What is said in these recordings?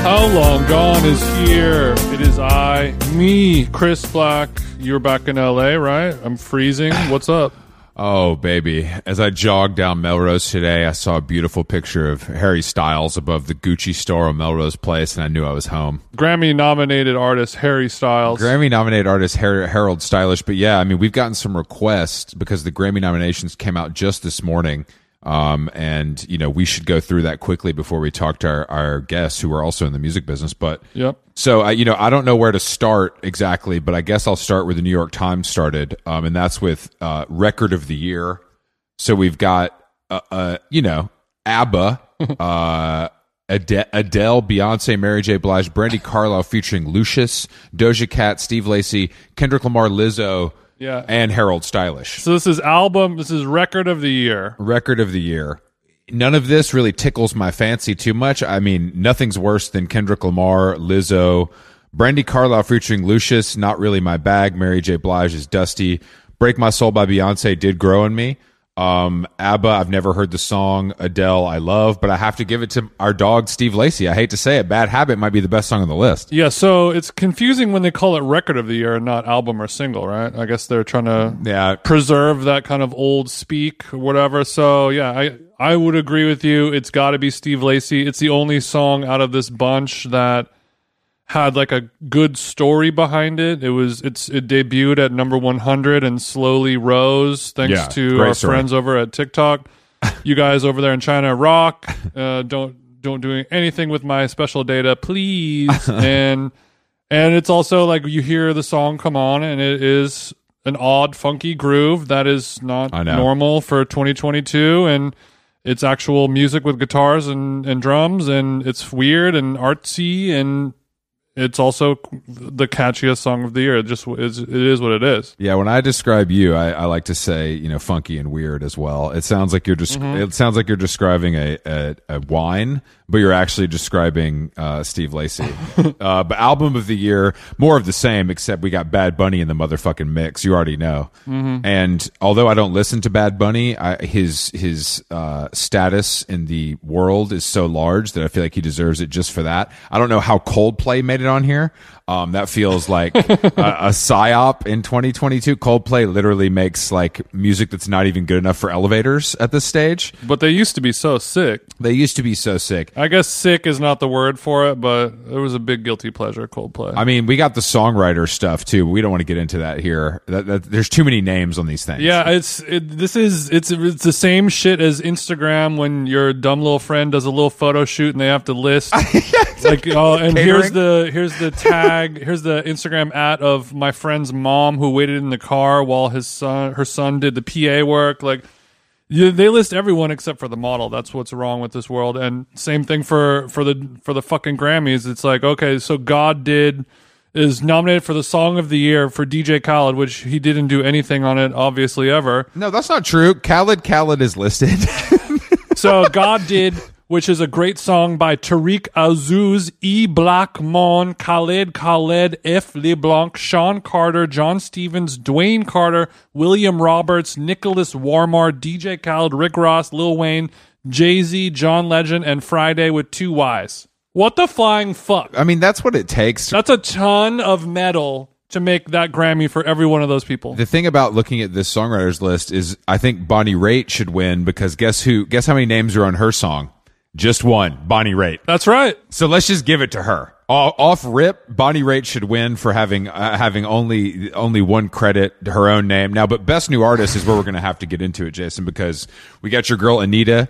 How long gone is here? It is I, me, Chris Black. You're back in LA, right? I'm freezing. What's up? Oh, baby. As I jogged down Melrose today, I saw a beautiful picture of Harry Styles above the Gucci store on Melrose Place, and I knew I was home. Grammy nominated artist Harry Styles. Grammy nominated artist Har- Harold Stylish, but yeah, I mean, we've gotten some requests because the Grammy nominations came out just this morning. Um, and, you know, we should go through that quickly before we talk to our, our guests who are also in the music business. But Yep. so I, you know, I don't know where to start exactly, but I guess I'll start where the New York Times started, um, and that's with uh, record of the year. So we've got, uh, uh, you know, ABBA, uh, Ade- Adele, Beyonce, Mary J. Blige, Brandy Carlisle featuring Lucius, Doja Cat, Steve Lacy, Kendrick Lamar, Lizzo, Yeah. and Harold Stylish. So this is album. This is record of the year. Record of the year. None of this really tickles my fancy too much. I mean, nothing's worse than Kendrick Lamar, Lizzo, Brandy Carlisle featuring Lucius, not really my bag. Mary J. Blige is dusty. Break My Soul by Beyonce did grow on me. Um, ABBA, I've never heard the song. Adele, I love, but I have to give it to our dog, Steve Lacey. I hate to say it, Bad Habit might be the best song on the list. Yeah. So it's confusing when they call it record of the year and not album or single, right? I guess they're trying to Yeah. preserve that kind of old speak or whatever. So yeah, I I would agree with you. It's got to be Steve Lacy. It's the only song out of this bunch that had like a good story behind it. It was it's it debuted at number 100 and slowly rose thanks Yeah, to great our story. friends over at TikTok. you guys over there in China rock. Uh, don't don't do anything with my special data, please. and and it's also like you hear the song come on, and it is an odd, funky groove that is not I know. normal for 2022. And it's actual music with guitars and, and drums, and it's weird and artsy, and it's also the catchiest song of the year. It just is, it is what it is. Yeah, when I describe you, I, I like to say you know funky and weird as well. It sounds like you're just it sounds like you're describing a, a, a wine, but you're actually describing uh, Steve Lacy. uh, but album of the year, more of the same, except we got Bad Bunny in the motherfucking mix. You already know. And although I don't listen to Bad Bunny, I, his his uh, status in the world is so large that I feel like he deserves it just for that. I don't know how Coldplay made it on here. Um, that feels like a, a psyop in 2022. Coldplay literally makes like music that's not even good enough for elevators at this stage. But they used to be so sick. They used to be so sick. I guess sick is not the word for it, but it was a big guilty pleasure, Coldplay. I mean, we got the songwriter stuff too. But we don't want to get into that here. That, that, there's too many names on these things. Yeah, it's it, this is it's it's the same shit as Instagram when your dumb little friend does a little photo shoot and they have to list like oh and here's Catering. the here's the tag here's the Instagram at of my friend's mom who waited in the car while his son her son did the PA work like you, they list everyone except for the model. That's what's wrong with this world. And same thing for for the for the fucking Grammys. It's like okay, so God did is nominated for the song of the year for DJ Khaled, which he didn't do anything on it, obviously ever. No, that's not true. Khaled Khaled is listed. So God did, which is a great song by Tariq Azuz, E. Black Mon, Khaled Khaled, F. LeBlanc, Sean Carter, John Stevens, Dwayne Carter, William Roberts, Nicholas Warmar, DJ Khaled, Rick Ross, Lil Wayne, Jay Z, John Legend, and Friday with two Y's. What the flying fuck? I mean, that's what it takes. to That's a ton of metal to make that Grammy for every one of those people. The thing about looking at this songwriters list is I think Bonnie Raitt should win because guess who? Guess how many names are on her song? Just one, Bonnie Raitt. That's right. So let's just give it to her. O- Off rip, Bonnie Raitt should win for having uh, having only only one credit, her own name. Now, but best new artist is where we're going to have to get into it, Jason, because we got your girl Anita,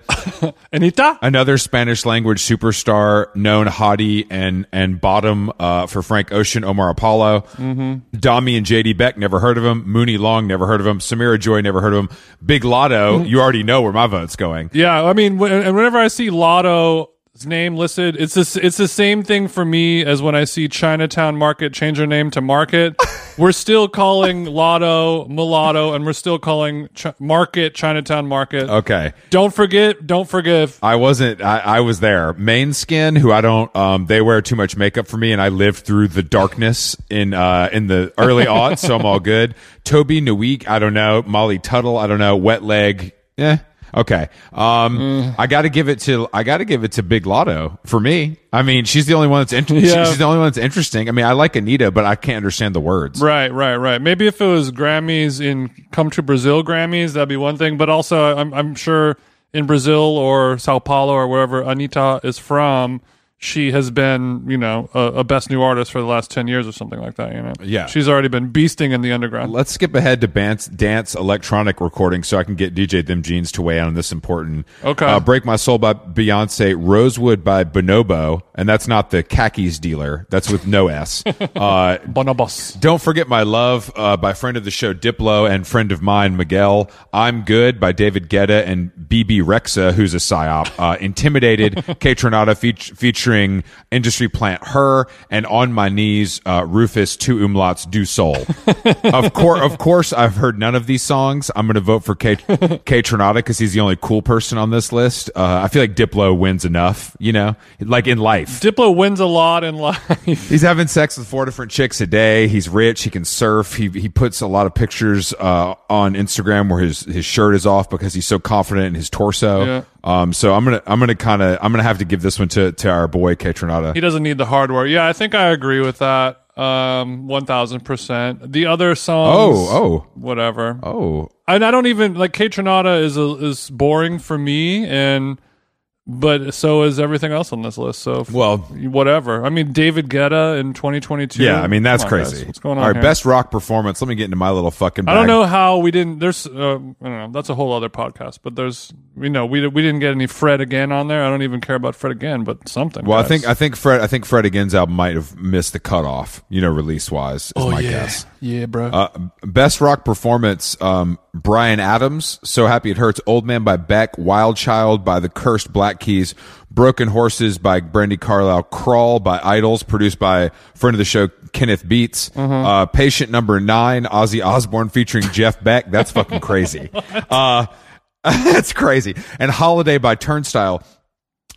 Anita? another Spanish language superstar, known hottie and and bottom uh, for Frank Ocean, Omar Apollo, mm-hmm. Dami and JD Beck. Never heard of him. Mooney Long. Never heard of him. Samira Joy. Never heard of him. Big Lotto. You already know where my vote's going. Yeah, I mean, when, and whenever I see Lotto's name listed, it's this, it's the same thing for me as when I see Chinatown Market change their name to Market. we're still calling Lotto Mulatto, and we're still calling Chi Market Chinatown Market. Okay. Don't forget, don't forgive. I wasn't. I, I was there. Main Skin, who I don't. Um, they wear too much makeup for me, and I lived through the darkness in uh in the early aughts, so I'm all good. Toby Nweek, I don't know. Molly Tuttle, I don't know. Wet Leg, yeah. Okay. Um, I got to give it to I got to give it to Big Lotto for me. I mean, she's the only one that's inter- Yeah. she's the only one that's interesting. I mean, I like Anita, but I can't understand the words. Right, right, right. Maybe if it was Grammys in Come to Brazil Grammys, that'd be one thing. But also, I'm, I'm sure in Brazil or Sao Paulo or wherever Anita is from, she has been, you know, a, a best new artist for the last 10 years or something like that, you know? Yeah. She's already been beasting in the underground. Let's skip ahead to dance, dance electronic recording so I can get DJ Them Jeans to weigh in on this important. Okay. Uh, Break My Soul by Beyonce, Rosewood by Bonobo, and that's not the khakis dealer. That's with no S. Uh, Bonobos. Don't Forget My Love uh, by friend of the show Diplo and friend of mine Miguel. I'm Good by David Guetta and BB Rexa, who's a psyop. Uh, Intimidated, K Tronada feat- featuring Industry Plant Her and On My Knees, uh, Rufus Two Umlauts Do Soul. of, course, of course, I've heard none of these songs. I'm going to vote for K, K Tronada because he's the only cool person on this list. Uh, I feel like Diplo wins enough, you know, like in life. Diplo wins a lot in life. He's having sex with four different chicks a day. He's rich. He can surf. He he puts a lot of pictures uh, on Instagram where his his shirt is off because he's so confident in his torso. Yeah. Um. So I'm gonna I'm gonna kind of I'm gonna have to give this one to to our boy K Tronada. he doesn't need the hardware. Yeah, I think I agree with that. Um, 1000%. The other songs. Oh Whatever. oh oh. and I don't even like Kate Trinata is a, is boring for me, and but so is everything else on this list. So f- Well. whatever. I mean, David Guetta in 2022. Yeah, I mean that's Come on, crazy. guys. What's going on? All right, here? best rock performance. Let me get into my little fucking. I don't bag. know how we didn't. There's, uh, I don't know. That's a whole other podcast. But there's, you know, we we didn't get any Fred again on there. I don't even care about Fred again, but something. Well, I guys. think I think Fred I think Fred Again's album might have missed the cutoff. You know, release wise is my Oh, yeah, guess. yeah, bro. Uh, best rock performance: um, Brian Adams, "So Happy It Hurts," "Old Man" by Beck, "Wild Child" by the Cursed Black Keys, "Broken Horses" by Brandy Carlisle, "Crawl" by Idols, produced by friend of the show Kenneth Beats, uh, "Patient Number Nine, Ozzy Osbourne featuring Jeff Beck. That's fucking crazy. uh, that's crazy. And "Holiday" by Turnstile.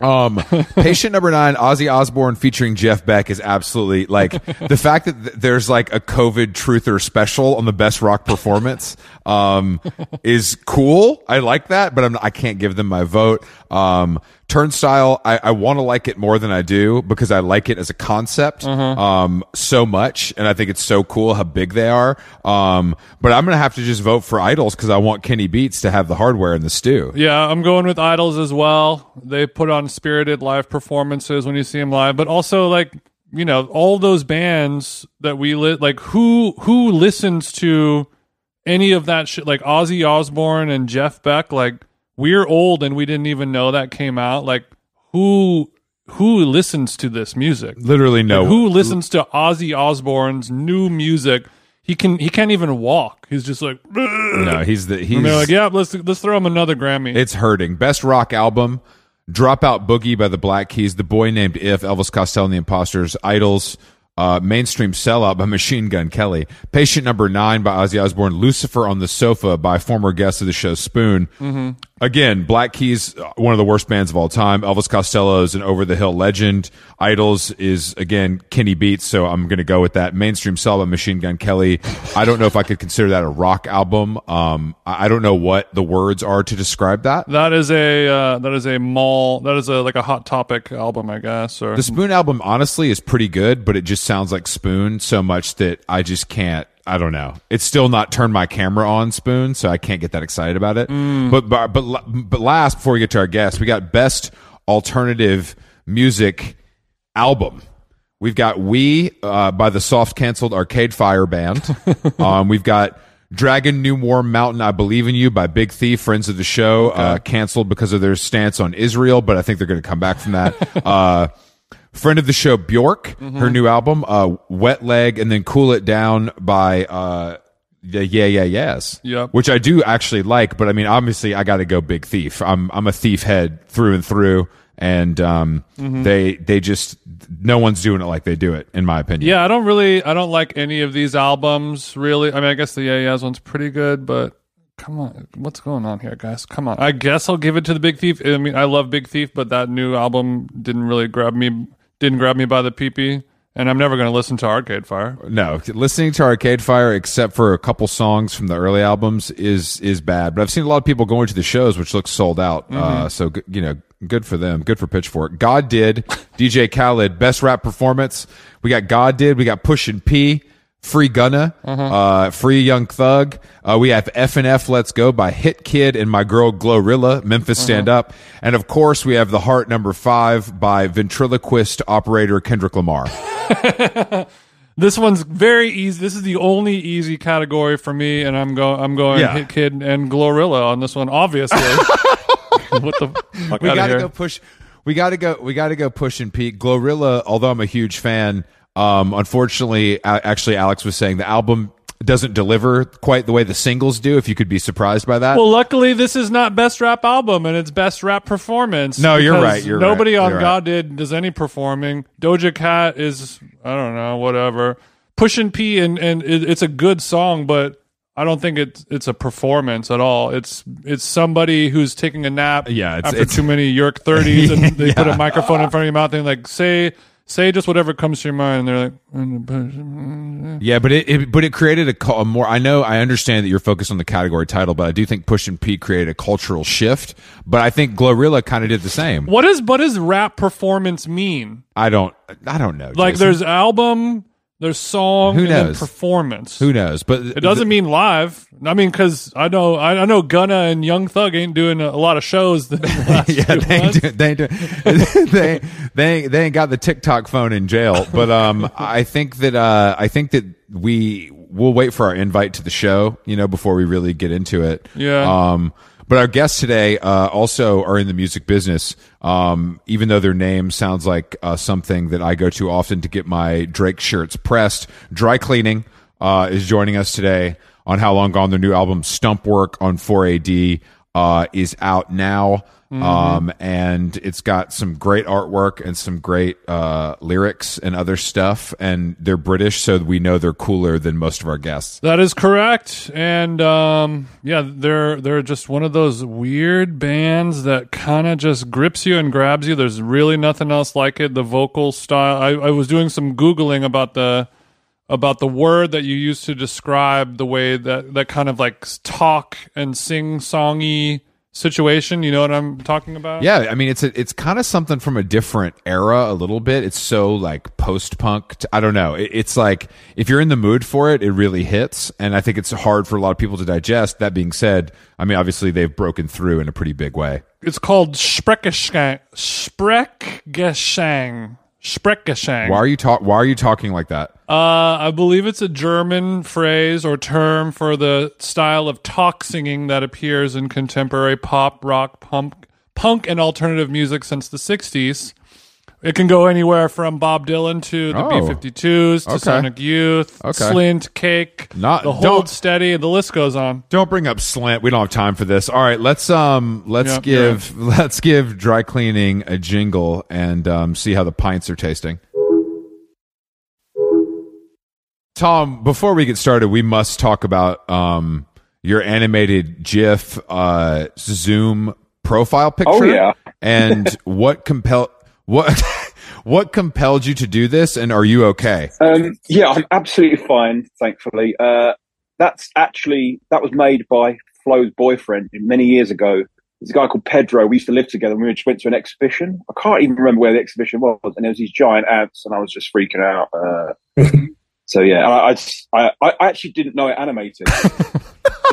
Um, patient number nine, Ozzy Osbourne featuring Jeff Beck is absolutely like the fact that th- there's like a COVID truther special on the best rock performance, um, is cool. I like that, but I'm, I can't give them my vote. Um, Turnstile, I, I want to like it more than I do because I like it as a concept, Mm-hmm. um, so much. And I think it's so cool how big they are. Um, but I'm going to have to just vote for Idols because I want Kenny Beats to have the hardware in the stew. Yeah, I'm going with Idols as well. They put on spirited live performances when you see them live, but also like you know all those bands that we lit. Like who who listens to any of that shit? Like Ozzy Osbourne and Jeff Beck. Like we're old and we didn't even know that came out. Like who who listens to this music? Literally no. Who listens to Ozzy Osbourne's new music? He can he can't even walk. He's just like. No, he's the he's And they're like, yeah, let's let's throw him another Grammy. It's hurting. Best rock album. Dropout Boogie by the Black Keys, The Boy Named If, Elvis Costello and the Imposters, Idols, uh, Mainstream Sellout by Machine Gun Kelly, Patient Number Nine by Ozzy Osbourne, Lucifer on the Sofa by former guest of the show Spoon. Again, Black Keys, uh, one of the worst bands of all time. Elvis Costello is an over the hill legend. Idols is, again, Kenny Beats, so I'm going to go with that. Mainstream Sellout by Machine Gun Kelly. I don't know if I could consider that a rock album. Um, I I don't know what the words are to describe that. That is a uh, that is a mall. That is a like a hot topic album, I guess. Or The Spoon album, honestly, is pretty good, but it just sounds like Spoon so much that I just can't. I don't know. It's still not turned my camera on Spoon, so I can't get that excited about it. But, but but la- but last, before we get to our guest, we got best alternative music album. We've got We uh, by the soft canceled Arcade Fire Band. um, we've got Dragon New Warm Mountain, I Believe in You by Big Thief, friends of the show, uh, canceled because of their stance on Israel, but I think they're going to come back from that. uh, friend of the show, Bjork, her new album, uh, Wet Leg, and then Cool It Down by. Uh, the yeah yeah yes Yep. which I do actually like but I mean obviously I got to go big thief I'm I'm a thief head through and through and um they they just no one's doing it like they do it in my opinion yeah, I don't really, I don't like any of these albums really. I mean, I guess the Yeah Yeahs one's pretty good, but come on, what's going on here, guys? Come on. I guess I'll give it to the Big Thief. I mean, I love Big Thief, but that new album didn't really grab me. Didn't grab me by the peepee. and I'm never going to listen to Arcade Fire. No, listening to Arcade Fire, except for a couple songs from the early albums, is is bad. But I've seen a lot of people going to the shows, which looks sold out. Uh, so g- you know, good for them. Good for Pitchfork. God did DJ Khaled best rap performance. We got God did. We got Push and P. Free Gunna, uh, Free Young Thug. Uh, we have F and F Let's Go by Hit Kid and my girl Glorilla, Memphis Stand Up. And of course, we have The Heart Number Five by ventriloquist operator Kendrick Lamar. This one's very easy. This is the only easy category for me, and I'm going. I'm going Yeah. Hit Kid and Glorilla on this one, obviously. what the fuck we outta gotta here. go push. We gotta go. We gotta go push and Pete Glorilla. Although I'm a huge fan, um, unfortunately, a- actually, Alex was saying the album doesn't deliver quite the way the singles do. If you could be surprised by that, Well, luckily, this is not best rap album, and it's best rap performance. No, you're because right, you're nobody right, on you're God did does any performing. Doja Cat is I don't know, whatever. Pushing P and and it, it's a good song, but I don't think it's it's a performance at all. It's it's somebody who's taking a nap. Yeah, it's- after it's- too many York thirties, and they put a microphone in front of your mouth and like say. Say just whatever comes to your mind, and they're like, yeah, but it, it but it created a, cul- a more. I know I understand that you're focused on the category title, but I do think Push and Pete created a cultural shift. But I think Glorilla kind of did the same. "What is what does rap performance mean?" I don't. I don't know. Like Jason. there's album, there's song, Who and then knows? performance. who knows, but it doesn't mean live. I mean, because I know I, I know Gunna and Young Thug ain't doing a lot of shows. The last yeah, few they ain't, months. do, they, ain't do, they they ain't- they ain't got the TikTok phone in jail. But um, I think that uh, I think that we we'll wait for our invite to the show. You know, before we really get into it. Yeah. Um, but our guests today uh, also are in the music business. Um, even though their name sounds like uh, something that I go to often to get my Drake shirts pressed, dry cleaning uh, is joining us today on How Long Gone. Their new album, Stump Work on 4AD, uh, is out now. Um, and it's got some great artwork and some great uh, lyrics and other stuff. And they're British, so we know they're cooler than most of our guests. that is correct, and um, yeah, they're they're just one of those weird bands that kind of just grips you and grabs you. There's really nothing else like it. The vocal style. I, I was doing some googling about the about the word that you use to describe the way that that kind of like talk and sing songy situation. You know what I'm talking about? Yeah, I mean it's a, it's kind of something from a different era a little bit. It's so like post punk. I don't know. It, it's like if you're in the mood for it, it really hits, and I think it's hard for a lot of people to digest. That being said, I mean obviously they've broken through in a pretty big way. It's called Spreckgeschang. Spreckgeschang. Spreckgeschang. Why are you talk? Why are you talking like that? Uh, I believe it's a German phrase or term for the style of talk singing that appears in contemporary pop, rock, punk, punk, and alternative music since the 60s. It can go anywhere from Bob Dylan to the Oh. B 52s to Okay. Sonic Youth, Okay. Slint, Cake, Not- the Hold don't- Steady, the list goes on. Don't bring up slant. We don't have time for this. All right, let's um let's Yeah, give let's give dry cleaning a jingle and um, see how the pints are tasting. Tom, before we get started, we must talk about um your animated GIF uh Zoom profile picture. Oh, yeah. and what compel what what compelled you to do this and are you okay? Um, yeah, I'm absolutely fine, thankfully. Uh, that's actually that was made by Flo's boyfriend many years ago. There's a guy called Pedro. We used to live together, and we just went to an exhibition. I can't even remember where the exhibition was, and there was these giant ants, and I was just freaking out. Uh, so yeah, I, I, just- I, I actually didn't know it animated.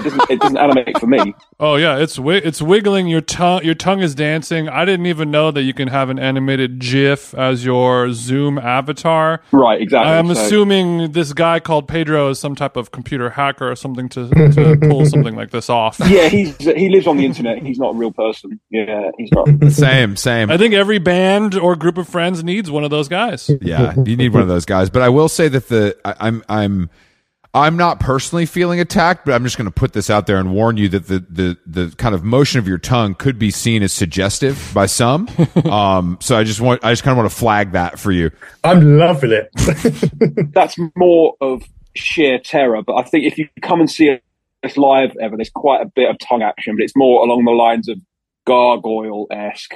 it, doesn't, it doesn't animate for me. Oh yeah, it's wi- it's wiggling your tongue. Your tongue is dancing. I didn't even know that you can have an animated GIF as your Zoom avatar. Right, exactly. I'm So- assuming this guy called Pedro is some type of computer hacker or something to, to pull something like this off. Yeah, he's he lives on the internet. He's not a real person. Yeah, he's not. Same, same. I think every band or group of friends needs one of those guys. yeah, you need one of those guys. But I will say that the I, I'm I'm I'm not personally feeling attacked, but I'm just going to put this out there and warn you that the the the kind of motion of your tongue could be seen as suggestive by some. um, so I just want I just kind of want to flag that for you. I'm loving it. that's more of sheer terror. But I think if you come and see us live, ever, there's quite a bit of tongue action, but it's more along the lines of gargoyle esque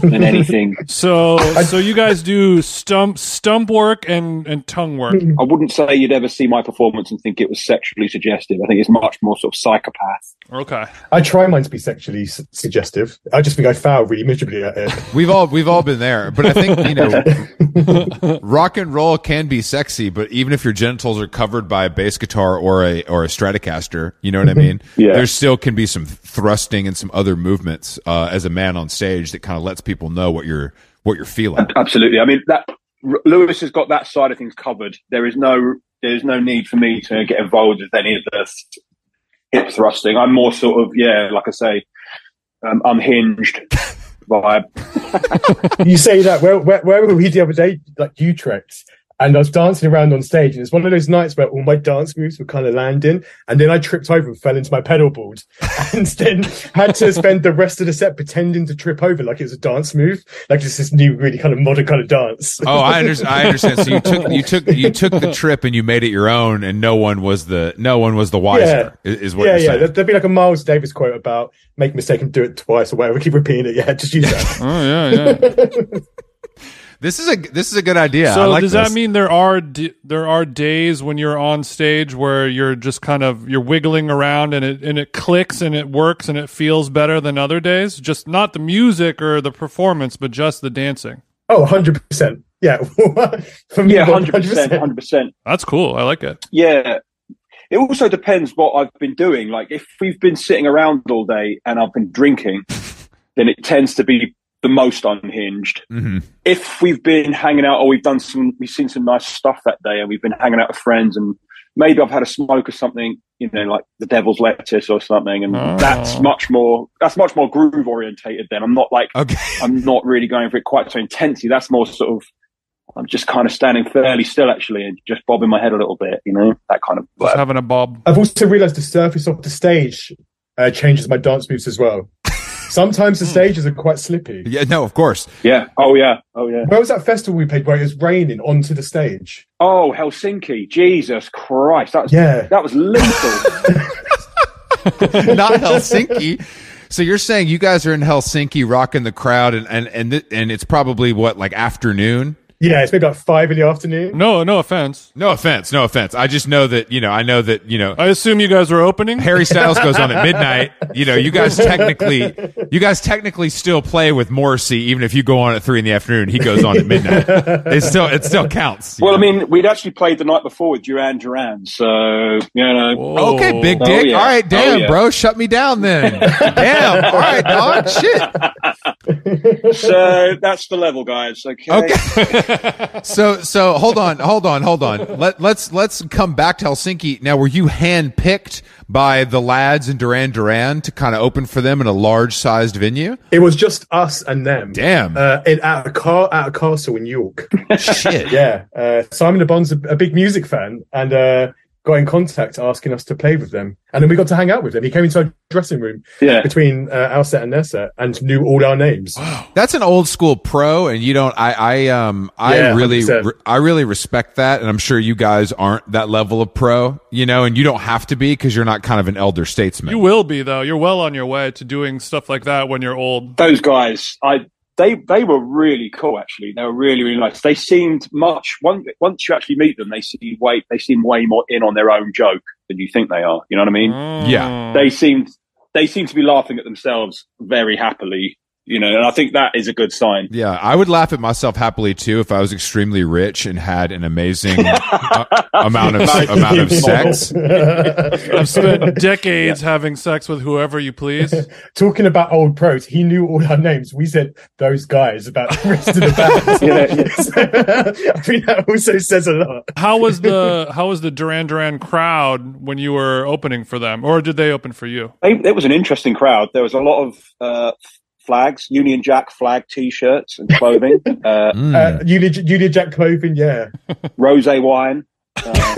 than anything. So, so you guys do stump stump work and and tongue work. I wouldn't say you'd ever see my performance and think it was sexually suggestive. I think it's much more sort of psychopath. Okay. I try mine to be sexually s- suggestive. I just think I foul really miserably at it. We've all we've all been there, but I think you know, rock and roll can be sexy, but even if your genitals are covered by a bass guitar or a or a Stratocaster, you know what I Mm-hmm. mean? Yeah. There still can be some thrusting and some other movements uh, as a man on stage that kind of lets people know what you're what you're feeling. Absolutely. I mean, that R- Lewis has got that side of things covered. There is no there is no need for me to get involved with any of the th- hip thrusting. I'm more sort of yeah, like I say, um, unhinged vibe. you say that where, where where were we the other day like utrecht and i was dancing around on stage and it's one of those nights where all my dance moves were kind of landing and then i tripped over and fell into my pedal board and then had to spend the rest of the set pretending to trip over like it was a dance move like it's this new really kind of modern kind of dance Oh, I understand. I understand. So you took you took you took the trip and you made it your own, and no one was the no one was the wiser. i- Is, what yeah, you're yeah. saying? There'd there'd be like a Miles Davis quote about make a mistake and do it twice or whatever. Keep repeating it. Yeah, just use that. Oh yeah, yeah. This is a this is a good idea. so I like does this. that mean there are d- there are days when you're on stage where you're just kind of you're wiggling around and it and it clicks and it works and it feels better than other days? Just not the music or the performance, but just the dancing. oh, 100%. Yeah. For me, Yeah, 100%. hundred percent, hundred percent. That's cool. I like it. Yeah. It also depends what I've been doing. Like if we've been sitting around all day and I've been drinking, then it tends to be the most unhinged. Mhm. If we've been hanging out or we've done some, we've seen some nice stuff that day and we've been hanging out with friends and maybe I've had a smoke or something, you know, like the devil's lettuce or something. And Oh. that's much more, that's much more groove orientated then. I'm not like, Okay. I'm not really going for it quite so intensely. That's more sort of, I'm just kind of standing fairly still actually and just bobbing my head a little bit, you know, that kind of Just vibe. having a bob. I've also realized the surface of the stage uh, changes my dance moves as well. Sometimes the stages are quite slippy. Yeah. No. Of course. Yeah. Oh yeah. Oh yeah. Where was that festival we played where it was raining onto the stage? Oh Helsinki. Jesus Christ. That was, Yeah. that was lethal. not Helsinki. So you're saying you guys are in Helsinki, rocking the crowd, and and and, th- and it's probably what like afternoon. Yeah, it's maybe like five in the afternoon. No, no offense. No offense, no offense. I just know that you know. I know that you know. I assume you guys were opening. Harry Styles goes on at midnight. You know, you guys technically, you guys technically still play with Morrissey, even if you go on at three in the afternoon. He goes on at midnight. It still, it still counts. you well, I know. mean, we'd actually played the night before with Duran Duran, so you know. Whoa. okay, big Oh, dick. yeah. All right, Oh, damn, yeah. bro, shut me down then. damn, all right, dog, shit. Oh, So that's the level, guys. Okay. Okay. so so hold on, hold on, hold on. Let let's let's come back to Helsinki. Now were you handpicked by the lads in Duran Duran to kind of open for them in a large sized venue? It was just us and them. Damn. Uh, in, at a car at a castle in York. Shit. yeah, uh, Simon Le Bon's a, a big music fan and uh, got in contact asking us to play with them, and then we got to hang out with them. He came into our dressing room Yeah. between uh, our set and their set and knew all our names. That's an old school pro, and you don't. I, I, um, I Yeah, really, 100%. re- I really respect that, and I'm sure you guys aren't that level of pro, you know, and you don't have to be because you're not kind of an elder statesman. You will be though. You're well on your way to doing stuff like that when you're old. Those guys, I they they were really cool. Actually, they were really really nice. They seemed much once once you actually meet them, they seem way they seem way more in on their own joke than you think they are. You know what Mm. I mean? Yeah. they seemed they seem to be laughing at themselves very happily you know and i think that is a good sign Yeah, I would laugh at myself happily too if I was extremely rich and had an amazing uh, amount of amount of sex. I've spent decades having sex with whoever you please. Talking about old pros, he knew all our names. We said those guys about the rest of the band. So, I think that also says a lot. How was the how was the Duran Duran crowd when you were opening for them, or did they open for you? They- it was an interesting crowd there was a lot of uh, flags union jack flag t-shirts and clothing uh, Mm. Uh, Julia, Julia Jack Cloven, yeah. rose wine uh,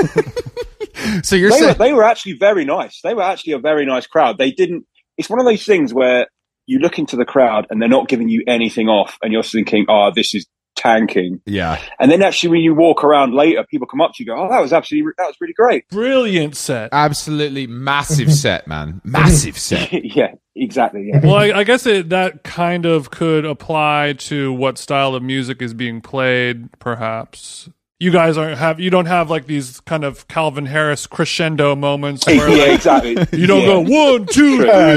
so you're they, were, saying they were actually very nice they were actually a very nice crowd they didn't it's one of those things where you look into the crowd and they're not giving you anything off and you're thinking oh this is tanking. Yeah. And then actually, when you walk around later, people come up to you, and go, "Oh, that was absolutely, that was really great." Brilliant set. Absolutely massive set, man. Massive set. yeah, exactly. Yeah. Well, I, I guess it, that kind of could apply to what style of music is being played, perhaps. You guys aren't have you don't have like these kind of Calvin Harris crescendo moments where yeah, like, exactly. you don't yeah. go one, two, three, Uh, go.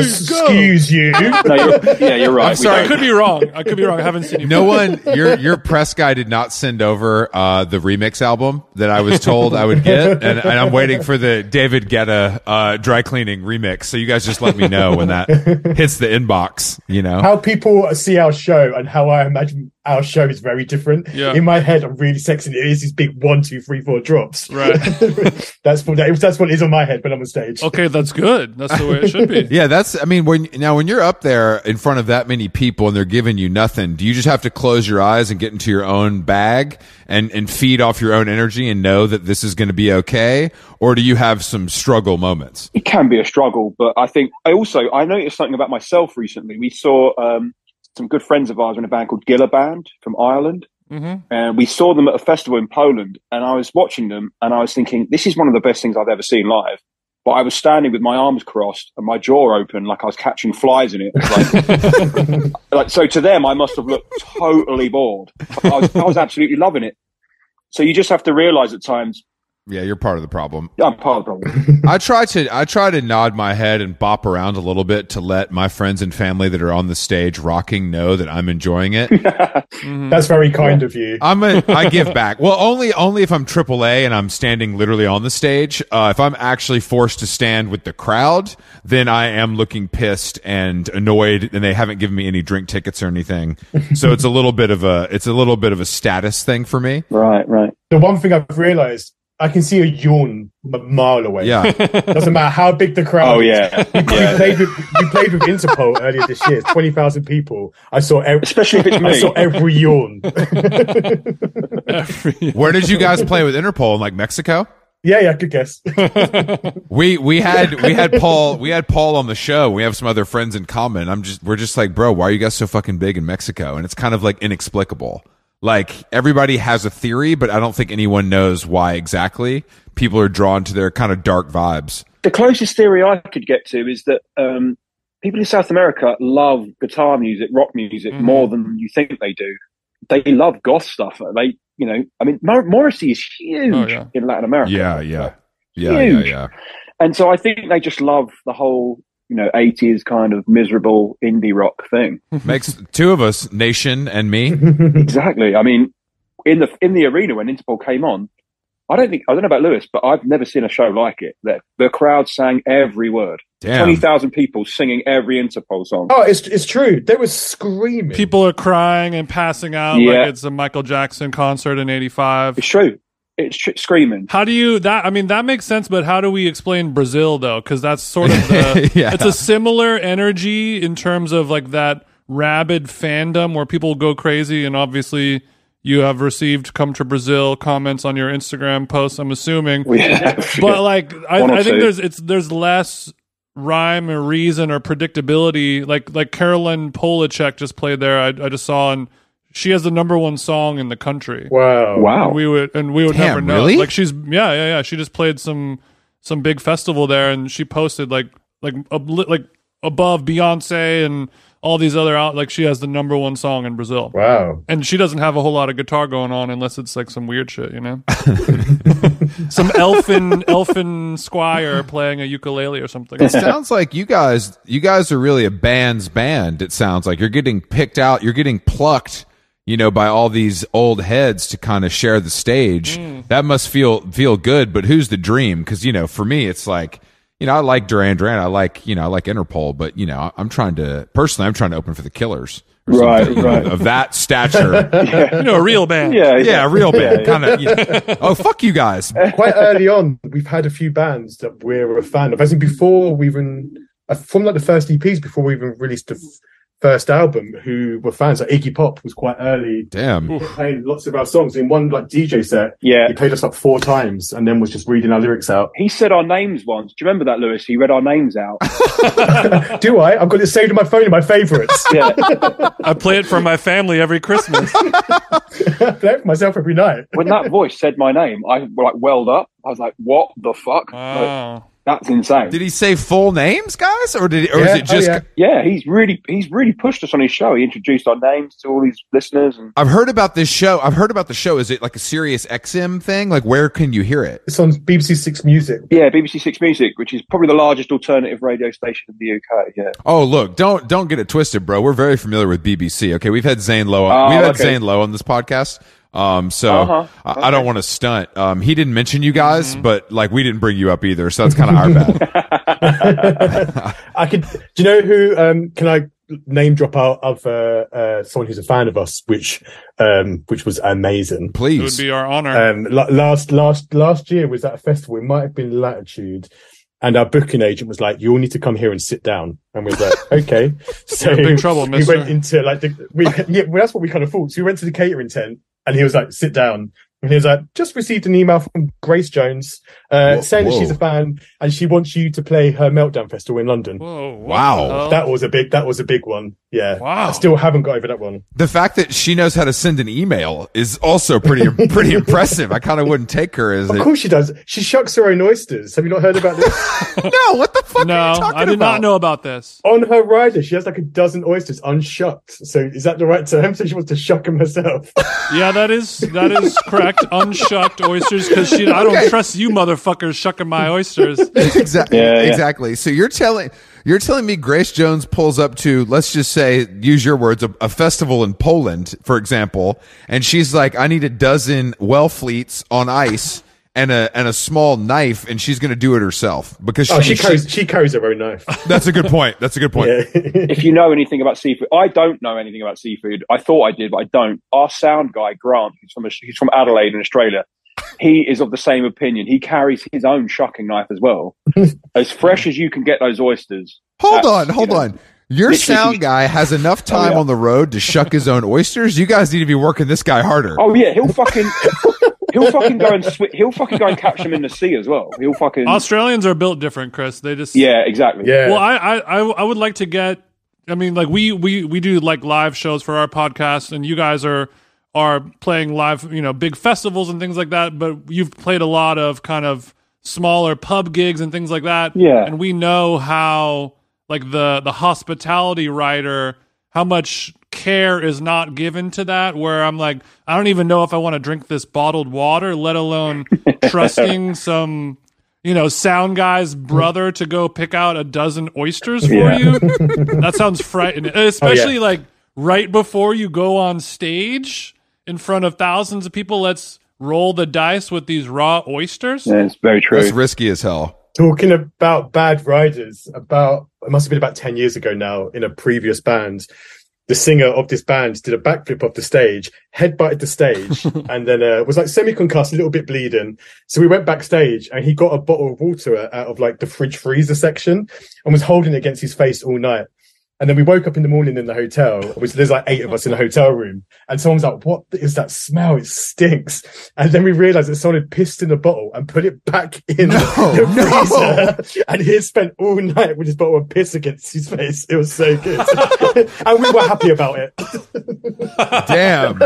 excuse you. No, you're, yeah, you're right. I'm we sorry, I don't. could be wrong. I could be wrong. I haven't seen you. No one, your your press guy did not send over uh, the remix album that I was told I would get, and, and I'm waiting for the David Guetta uh, dry cleaning remix. So you guys just let me know when that hits the inbox. You know, How people see our show and how I imagine our show is very different. Yeah. In my head, I'm really sexy. and It is these big one, two, three, four drops. Right. that's what that, that's what it is on my head when I'm on stage. Okay, that's good. That's the way it should be. Yeah, that's. I mean, when now when you're up there in front of that many people and they're giving you nothing, do you just have to close your eyes and get into your own bag and and feed off your own energy and know that this is going to be okay, or do you have some struggle moments? it can be a struggle, but I think I also I noticed something about myself recently. We saw um, some good friends of ours in a band called Gilliband from Ireland, hmm and Uh, we saw them at a festival in Poland. And I was watching them, and I was thinking, this is one of the best things I've ever seen live. But I was standing with my arms crossed and my jaw open, like I was catching flies in it. Like- like, so to them, I must have looked totally bored. I was, I was absolutely loving it. So you just have to realize at times Yeah, you're part of the problem. I'm part of the problem. I try to I try to nod my head and bop around a little bit to let my friends and family that are on the stage rocking know that I'm enjoying it. Mm-hmm. That's very kind of you. I'm a, I give back. Well, only only if I'm AAA and I'm standing literally on the stage. Uh, if I'm actually forced to stand with the crowd, then I am looking pissed and annoyed, and they haven't given me any drink tickets or anything. So it's a little bit of a it's a little bit of a status thing for me. Right, right. The one thing I've realized, I can see a yawn a mile away. Yeah, Doesn't matter how big the crowd. Oh is. yeah. We yeah. played with we played with Interpol earlier this year. Twenty thousand people. I saw every, Especially if it's me. I saw every yawn. where did you guys play with Interpol in like Mexico? yeah, yeah, good guess. We we had we had Paul we had Paul on the show. We have some other friends in common. I'm just we're just like, bro, why are you guys so fucking big in Mexico? And it's kind of like inexplicable. Like everybody has a theory, but I don't think anyone knows why exactly people are drawn to their kind of dark vibes. the closest theory I could get to is that um, people in South America love guitar music, rock music Mhm. more than you think they do. They love goth stuff. They, you know, I mean, Mor- Morrissey is huge Oh, yeah. in Latin America. Yeah, Huge. yeah, yeah. and so I think they just love the whole, you know, eighties kind of miserable indie rock thing. Makes two of us, Nation and me. exactly. I mean, in the in the arena when Interpol came on, I don't think I don't know about Lewis, but I've never seen a show like it. That the crowd sang every word. Twenty Damn. thousand people singing every Interpol song. Oh, it's it's true. They were screaming. People are crying and passing out Yeah. like it's a Michael Jackson concert in '85. It's true. It's tr- screaming. How do you that? I mean, that makes sense, but how do we explain Brazil though? Because that's sort of the Yeah. it's a similar energy in terms of like that rabid fandom where people go crazy, and obviously you have received "Come to Brazil" comments on your Instagram posts. I'm assuming, We have. but like I, One or I think two. there's it's there's less rhyme or reason or predictability. Like like Carolyn Polachek just played there. I, I just saw, and she has the number one song in the country. Wow. wow. And we would and we would Damn, never know. really? Like she's yeah, yeah, yeah. She just played some some big festival there, and she posted like like ab- like above Beyonce and all these other out. Like she has the number one song in Brazil, Wow. and she doesn't have a whole lot of guitar going on unless it's like some weird shit, you know, some elfin elfin squire playing a ukulele or something. It sounds like you guys you guys are really a band's band, it sounds like. You're getting picked out, you're getting plucked, you know, by all these old heads to kind of share the stage. That must feel feel good, but who's the dream? Cuz you know, for me it's like, you know, I like Duran Duran, I like, you know, I like Interpol, but you know, I- I'm trying to personally I'm trying to open for the Killers. or Right, something, you know, right. Of that stature. you know, a real band. Yeah. yeah, a exactly. real band. Yeah, Kind of Oh, fuck you guys. Quite early on, we've had a few bands that E we're a fan of. As in, before we even uh, from like the first EPs, before we even released the f- first album who were fans. Like Iggy Pop was quite early. Damn. Oof. Playing lots of our songs in one like DJ set. Yeah. He played us up four times and then was just reading our lyrics out. He said our names once. Do you remember that, Lewis? He read our names out. Do I? I've got it saved in my phone in my favourites. Yeah. I play it for my family every Christmas. I play it for myself every night. when that voice said my name, I like welled up. I was like, "What the fuck? Like, Wow. that's insane." Did he say full names, guys, or did he, or Yeah, is it oh, just? yeah. yeah, he's really he's really pushed us on his show. He introduced our names to all these listeners, and I've heard about this show. I've heard about the show. Is it like a serious XM thing? Like, where can you hear it? It's on BBC Six Music. yeah, BBC Six Music, which is probably the largest alternative radio station in the UK. Yeah, Oh, look, don't don't get it twisted, bro. We're very familiar with BBC. Okay, we've had Zane Lowe. Oh, we've had okay. Zane Lowe on this podcast. Um, so Uh-huh. Mm-hmm. I, I don't want to stunt. Um, he didn't mention you guys, but like we didn't bring you up either. So that's kind of our bad. I could. Do you know who? Um, can I name drop out of uh, uh, someone who's a fan of us, which um, which was amazing. It would Please. be our Uh, honor. Um, la- last last last year was at a festival. It might have been Latitude, and our booking agent was like, "You all need to come here and sit down." And we were like, "Okay." So in big trouble, we mister. went into like the we yeah well, that's what we kind of thought. So we went to the catering tent, and he was like, "Sit down." And he was like, "Just received an email from Grace Jones uh, Whoa- saying that she's whoa. a fan and she wants you to play her Meltdown Festival in London." Whoa. what Wow. the hell? That was a big. That was a big one. Yeah. Wow. I still haven't got over that one. the fact that she knows how to send an email is also pretty pretty impressive. I kind of wouldn't take her as Of it. course she does. She shucks her own oysters. Have you not heard about this? No, what the fuck no, are you talking I did about? not know about this. On her rider, she has like a dozen oysters unshucked. So is that the right term? So she wants to shuck them herself. Yeah, that is that is correct. Unshucked oysters because she. I don't trust you, motherfuckers, shucking my oysters. exactly Yeah, yeah. exactly so you're telling you're telling me grace jones pulls up to let's just say use your words a, a festival in poland for example and she's like i need a dozen well fleets on ice and a and a small knife and she's gonna do it herself because she, Oh, she she- carries. She carries her own knife. that's a good point that's a good point Yeah. if you know anything about seafood, I don't know anything about seafood. I thought I did, but I don't. Our sound guy Grant, who's from he's from Adelaide in Australia, he is of the same opinion. He carries his own shucking knife as well, as fresh as you can get those oysters. hold That's, on hold you know, on your literally- sound guy has enough time yeah. on the road to shuck his own oysters you guys need to be working this guy harder Oh yeah, he'll fucking he'll fucking go and swi he'll fucking go and catch them in the sea as well. He'll fucking Australians are built different, Chris. They just yeah, exactly. yeah. Well, I, I I I would like to get. I mean, like we we we do like live shows for our podcast, and you guys are are playing live, you know, big festivals and things like that. But you've played a lot of kind of smaller pub gigs and things like that. Yeah. and we know how like the the hospitality writer how much care is not given to that where i'm like i don't even know if i want to drink this bottled water let alone trusting some you know, sound guy's brother to go pick out a dozen oysters for Yeah. Oh, you. that sounds frightening, especially like right before you go on stage in front of thousands of people. Let's roll the dice with these raw oysters. Yeah, it's very true. that's risky as hell Talking about bad riders, about it must have been about 10 years ago now in a previous band. The singer of this band did a backflip off the stage, headbutted the stage, and then uh, was like semi concussed, a little bit bleeding. So we went backstage and he got a bottle of water out of like the fridge freezer section and was holding it against his face all night. And then we woke up in the morning in the hotel, which there's like eight of us in a hotel room. And someone's like, what is that smell? It stinks. And then we realized that someone had pissed in the bottle and put it back in the freezer. And he had spent all night with his bottle of piss against his face. It was so good. and we were happy about it. Damn.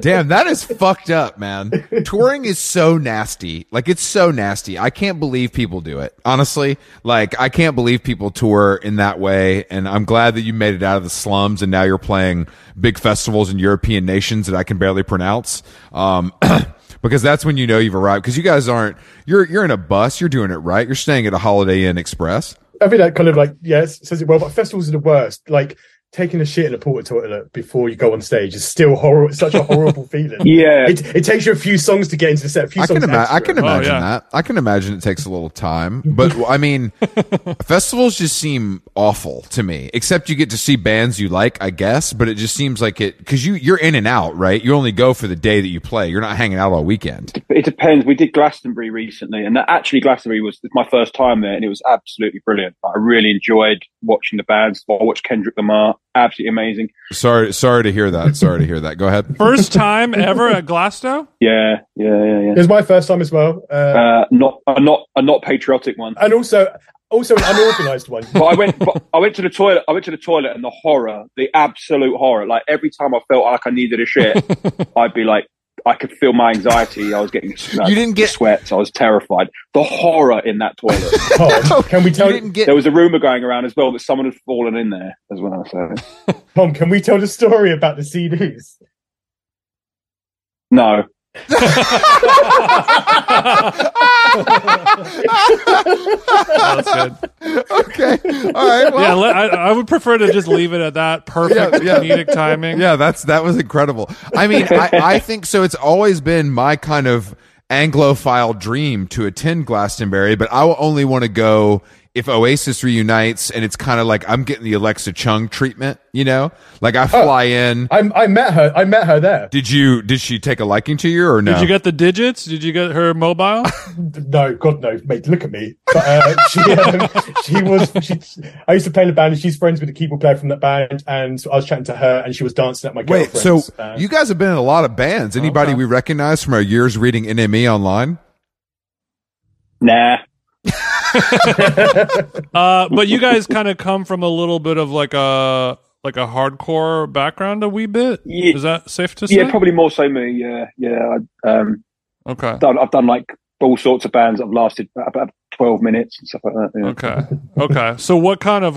Damn, that is fucked up, man. Touring is so nasty. Like it's so nasty. I can't believe people do it. Honestly, like I can't believe people tour in that way and I'm glad that you made it out of the slums and now you're playing big festivals in European nations that I can barely pronounce. Um because that's when you know you've arrived because you guys aren't you're you're in a bus, you're doing it right. You're staying at a Holiday Inn Express. I think that kind of like, yes, says it well, but festivals are the worst. Like taking a shit in a porta toilet before you go on stage is still horrible. It's such a horrible feeling. Yeah, It, it takes you a few songs to get into the set. A few I can, songs ima- I extra. can imagine Oh, yeah. that. I can imagine it takes a little time, but I mean, festivals just seem awful to me. Except you get to see bands you like, I guess. But it just seems like it because you you're in and out, right? You only go for the day that you play. You're not hanging out all weekend. it depends. We did Glastonbury recently, and that- actually Glastonbury was my first time there, and it was absolutely brilliant. I really enjoyed watching the bands. I watched Kendrick Lamar. absolutely amazing. Sorry, sorry to hear that. Sorry to hear that. Go ahead. First time ever at Glasgow? Yeah, yeah, yeah, yeah. It was my first time as well, Uh, uh, not a not a not patriotic one. and also also an unorganized one. But I went. But I went to the toilet. I went to the toilet, and the horror, the absolute horror. Like every time I felt like I needed a shit, I'd be like, I could feel my anxiety. I was getting like, You didn't get- sweats. I was terrified. The horror in that toilet. Tom, can we You tell didn't get there was a rumor going around as well that someone had fallen in there as well. So Tom? Can we tell the story about the CDs? no, That's good. okay. All right. Yeah, Well, le- I, I would prefer to just leave it at that. Perfect Yeah, yeah. comedic timing. yeah, that's that was incredible. I mean, I, I think so. It's always been my kind of Anglophile dream to attend Glastonbury, but I will only want to go if Oasis reunites, and it's kind of like I'm getting the Alexa Chung treatment. You know, like I fly in. I, I met her. I met her there. Did you? Did she take a liking to you or no? Did you get the digits? Did you get her mobile? No, God no, mate. Look at me. But uh, she, um, she was. She, I used to play in a band, and she's friends with a keyboard player from that band. And so I was chatting to her, and she was dancing at my Wait, girlfriend's. so uh, you guys have been in a lot of bands. Anybody we recognize from our years reading NME online? nah. Uh, but you guys kind of come from a little bit of like a like a hardcore background, a wee bit. Yeah. Is that safe to say? Yeah, probably more so me. Yeah, yeah. I, um, Okay. done, I've done like all sorts of bands. that have lasted about, about twelve minutes and stuff like that. Yeah. Okay. Okay. So, what kind of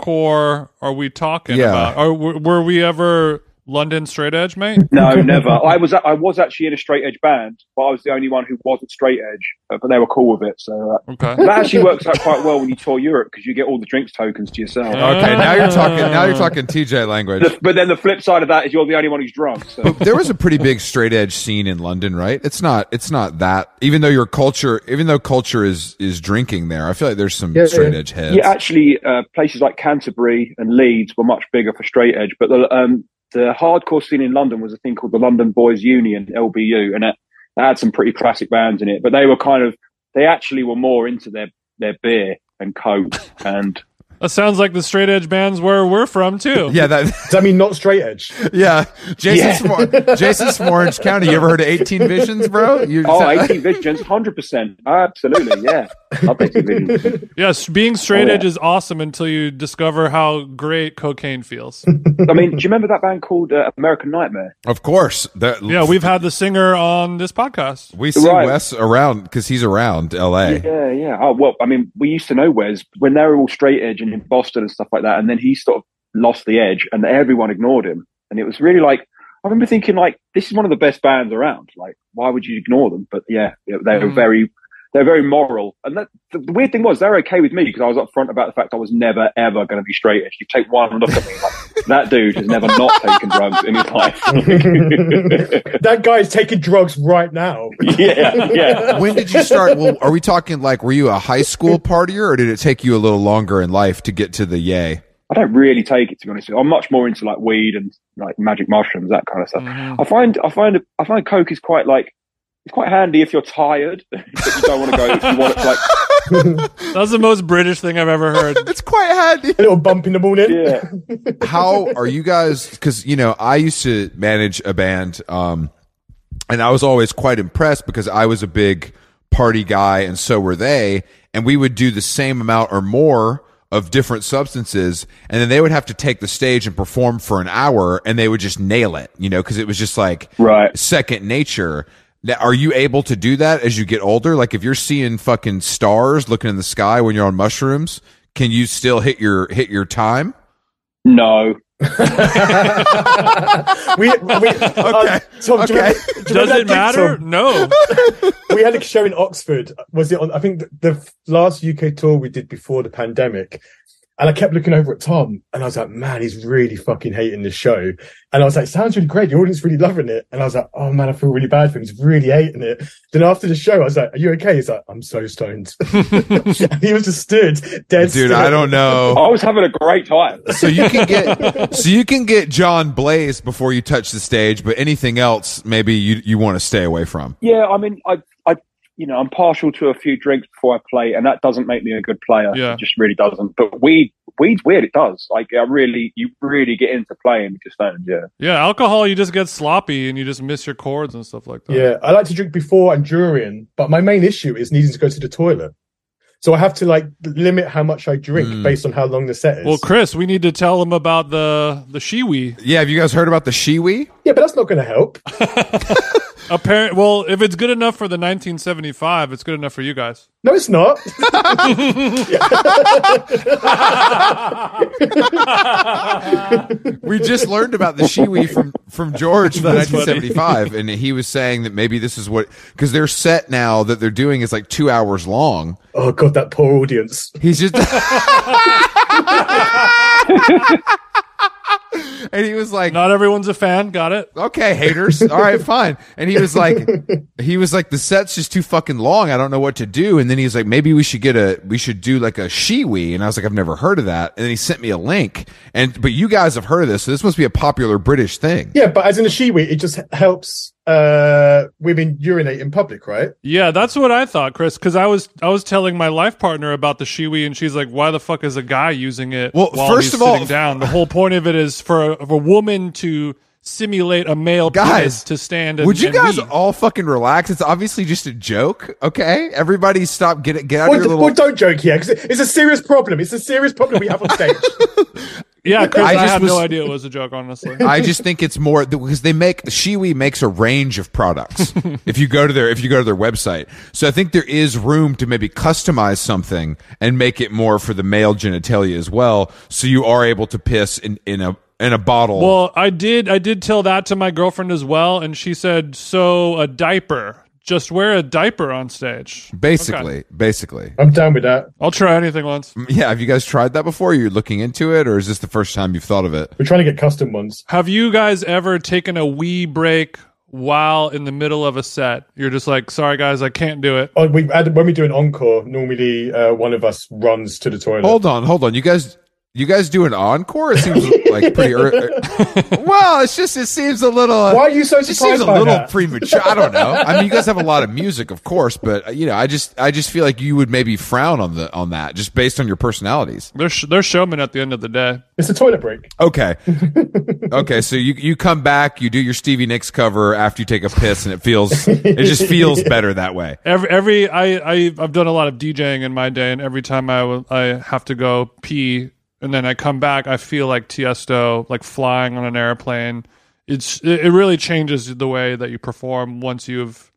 hardcore are we talking Yeah. about? Are, were, were we ever London straight edge, mate? No, never. I was I was actually in a straight edge band, but I was the only one who wasn't straight edge. uh, But they were cool with it, so uh, Okay. that actually works out quite well when you tour Europe because you get all the drinks tokens to yourself. Uh, Okay, now you're talking. Ah. Now you're talking TJ language. The- but then the flip side of that is you're the only one who's drunk. So. But there was a pretty big straight edge scene in London, right? It's not it's not that even though your culture even though culture is is drinking there, I feel like there's some Yeah, yeah. straight edge heads. Yeah, actually, uh, places like Canterbury and Leeds were much bigger for straight edge, but the um, the hardcore scene in London was a thing called the London Boys Union (LBU), and it, it had some pretty classic bands in it. But they were kind of they actually were more into their their beer and coke and That sounds like the straight edge bands where we're from too. yeah, that does that mean not straight edge? yeah. Jason Yeah. Smor- Jason's from Orange County. You ever heard of 18 Visions, bro? You, oh, 18 Visions, hundred percent, absolutely, yeah, love 18 Visions. Yes, being straight Oh, yeah. edge is awesome until you discover how great cocaine feels. I mean, do you remember that band called uh, American Nightmare? of course. That, yeah, we've had the singer on this podcast. we see Right. Wes around because he's around LA. Yeah, yeah. Oh well, I mean, we used to know Wes when they were all straight edge and in Boston and stuff like that, and then he sort of lost the edge, and everyone ignored him, and it was really like I remember thinking like this is one of the best bands around. Like, why would you ignore them? But yeah, yeah, they were Mm. very. They're very moral, and that, the, the weird thing was they're okay with me because I was upfront about the fact I was never ever going to be straight edge. You take one look at me, like that dude has never not taken drugs in his life. that guy's taking drugs right now. yeah, yeah. When did you start? Well, are we talking like were you a high school partier, or did it take you a little longer in life to get to the yay? I don't really take it to be honest. with you. I'm much more into like weed and like magic mushrooms, that kind of stuff. Mhm. I find I find I find Coke is quite like it's quite handy if you're tired, but you don't want to go. If you want to like That's the most British thing I've ever heard. It's quite handy. A little bump in the morning. yeah, how are you guys because you know i used to manage a band um and i was always quite impressed because i was a big party guy and so were they and we would do the same amount or more of different substances and then they would have to take the stage and perform for an hour and they would just nail it you know because it was just like right. second nature. Now, are you able to do that as you get older? Like if you're seeing fucking stars looking in the sky when you're on mushrooms, can you still hit your hit your time? No, We, we, okay. Okay. Does it matter? No. we had a show in Oxford. Was it on? I think the, the last UK tour we did before the pandemic. And I kept looking over at Tom and I was like, man, he's really fucking hating the show. And I was like, sounds really great. The audience really loving it. And I was like, oh man, I feel really bad for him. He's really hating it. Then after the show, I was like, are you okay? He's like, I'm so stoned. And he was just stood Dude, dead. still. I don't know. I was having a great time. So you can get so you can get John Blaze before you touch the stage, but anything else maybe you you want to stay away from. Yeah, I mean, I, I, you know, I'm partial to a few drinks before I play, and that doesn't make me a good player. Yeah. It just really doesn't. But weed, weed's weird. It does. Like I really, you really get into playing with your stones. Yeah. Yeah, alcohol, you just get sloppy and you just miss your chords and stuff like that. Yeah, I like to drink before and during, but my main issue is needing to go to the toilet. So I have to like limit how much I drink Mm. based on how long the set is. Well, Chris, we need to tell them about the the shiwi. Yeah, have you guys heard about the shiwi? yeah, but that's not going to help. Apparent. Well, if it's good enough for the 1975, it's good enough for you guys. No, it's not. We just learned about the shiwi from from George from That's funny. 1975, and he was saying that maybe this is what because their set now that they're doing is like two hours long. oh god, that poor audience. He's just. and he was like, Not everyone's a fan. Got it? okay, haters. All right, fine. And he was like, he was like, the set's just too fucking long. I don't know what to do. And then he's like, maybe we should get a, we should do like a shiwi. And I was like, I've never heard of that. And then he sent me a link. And, but you guys have heard of this. So this must be a popular British thing. Yeah, but as in a shiwi, it just helps uh women urinate in public, right? Yeah, that's what I thought, Chris. Because I was I was telling my life partner about the shiwi, and she's like, "Why the fuck is a guy using it?" Well, while first he's of all- sitting down. The whole point of it is for a, for a woman to simulate a male Guys, penis to stand. And, Would you and guys wee. all fucking relax? It's obviously just a joke. Okay. Everybody stop. Get it. Get out Or, of your little. or don't joke here, 'cause it's a serious problem. It's a serious problem we have on stage. yeah, Chris, I I, just had was- no idea it was a joke. Honestly, I just think it's more because they make Shiwi makes a range of products. if you go to their if you go to their website, so I think there is room to maybe customize something and make it more for the male genitalia as well. So you are able to piss in in a in a bottle. Well, I did. I did tell that to my girlfriend as well, and she said, "So a diaper? Just wear a diaper on stage." basically, basically, Um, I'm down with that. I'll try anything once. yeah. Have you guys tried that before? You're looking into it, or is this the first time you've thought of it? We're trying to get custom ones. Have you guys ever taken a wee break while in the middle of a set? You're just like, "Sorry, guys, I can't do it." Oh, we add, when we do an encore, normally uh, one of us runs to the toilet. Hold on, hold on. You guys, you guys do an encore? It seems like pretty. early. well, it's just it seems a little. uh, Why are you so It just seems surprised a by little that? premature. I don't know. I mean, you guys have a lot of music, of course, but uh, you know, I just, I just feel like you would maybe frown on the on that just based on your personalities. They're sh- they're showmen at the end of the day. It's a toilet break. Okay, okay. So you you come back, you do your Stevie Nicks cover after you take a piss, and it feels it just feels better that way. Every every I, I I've done a lot of DJing in my day, and every time I will- I have to go pee and then I come back, I feel like Tiesto, like flying on an airplane. It's it it really changes the way that you perform once you've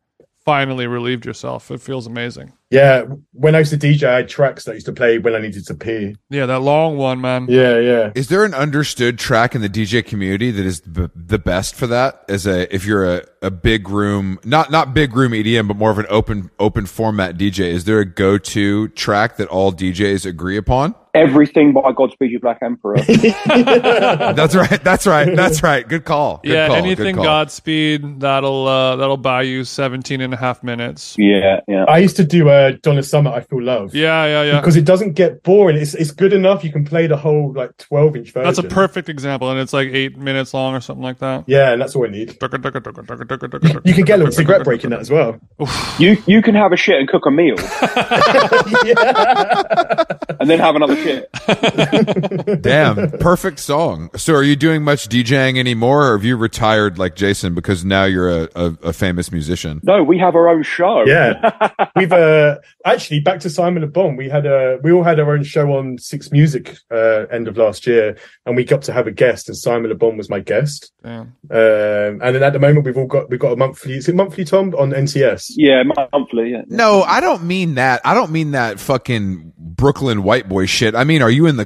finally relieved yourself. It feels amazing. Yeah, when I used to DJ, I had tracks that I used to play when I needed to pee. Yeah, that long one, man. Yeah, yeah. Is there an understood track in the DJ community that is b- the best for that? As a if you're a, a big room, not not big room EDM, but more of an open open format DJ, is there a go to track that all DJs agree upon? Everything by Godspeed You Black Emperor. That's right. That's right. That's right. Good call. Good yeah, call, good anything call. Godspeed that'll uh, that'll buy you 17 and a half minutes. yeah, yeah. I used to do uh, Donna Summer, I Feel Love. Yeah, yeah, yeah. Because it doesn't get boring. It's it's good enough. You can play the whole like 12 inch version. That's a perfect example, and it's like eight minutes long or something like that. Yeah, and that's all I need. You You can get a little cigarette break in that as well. You you can have a shit and cook a meal, and then have another shit. Damn. Perfect song. So are you doing much DJing anymore or have you retired like Jason because now you're a, a, a famous musician? No, we have our own show. Yeah, we've uh, actually back to Simon Le Bon. We had a we all had our own show on Six Music uh, end of last year, and we got to have a guest, and Simon Le Bon was my guest. Damn. Um, and then at the moment, we've all got we've got a monthly. Is it monthly, Tom, on NCS? yeah, monthly. Yeah. No, I don't mean that. I don't mean that fucking Brooklyn white boy shit. I mean, are you in the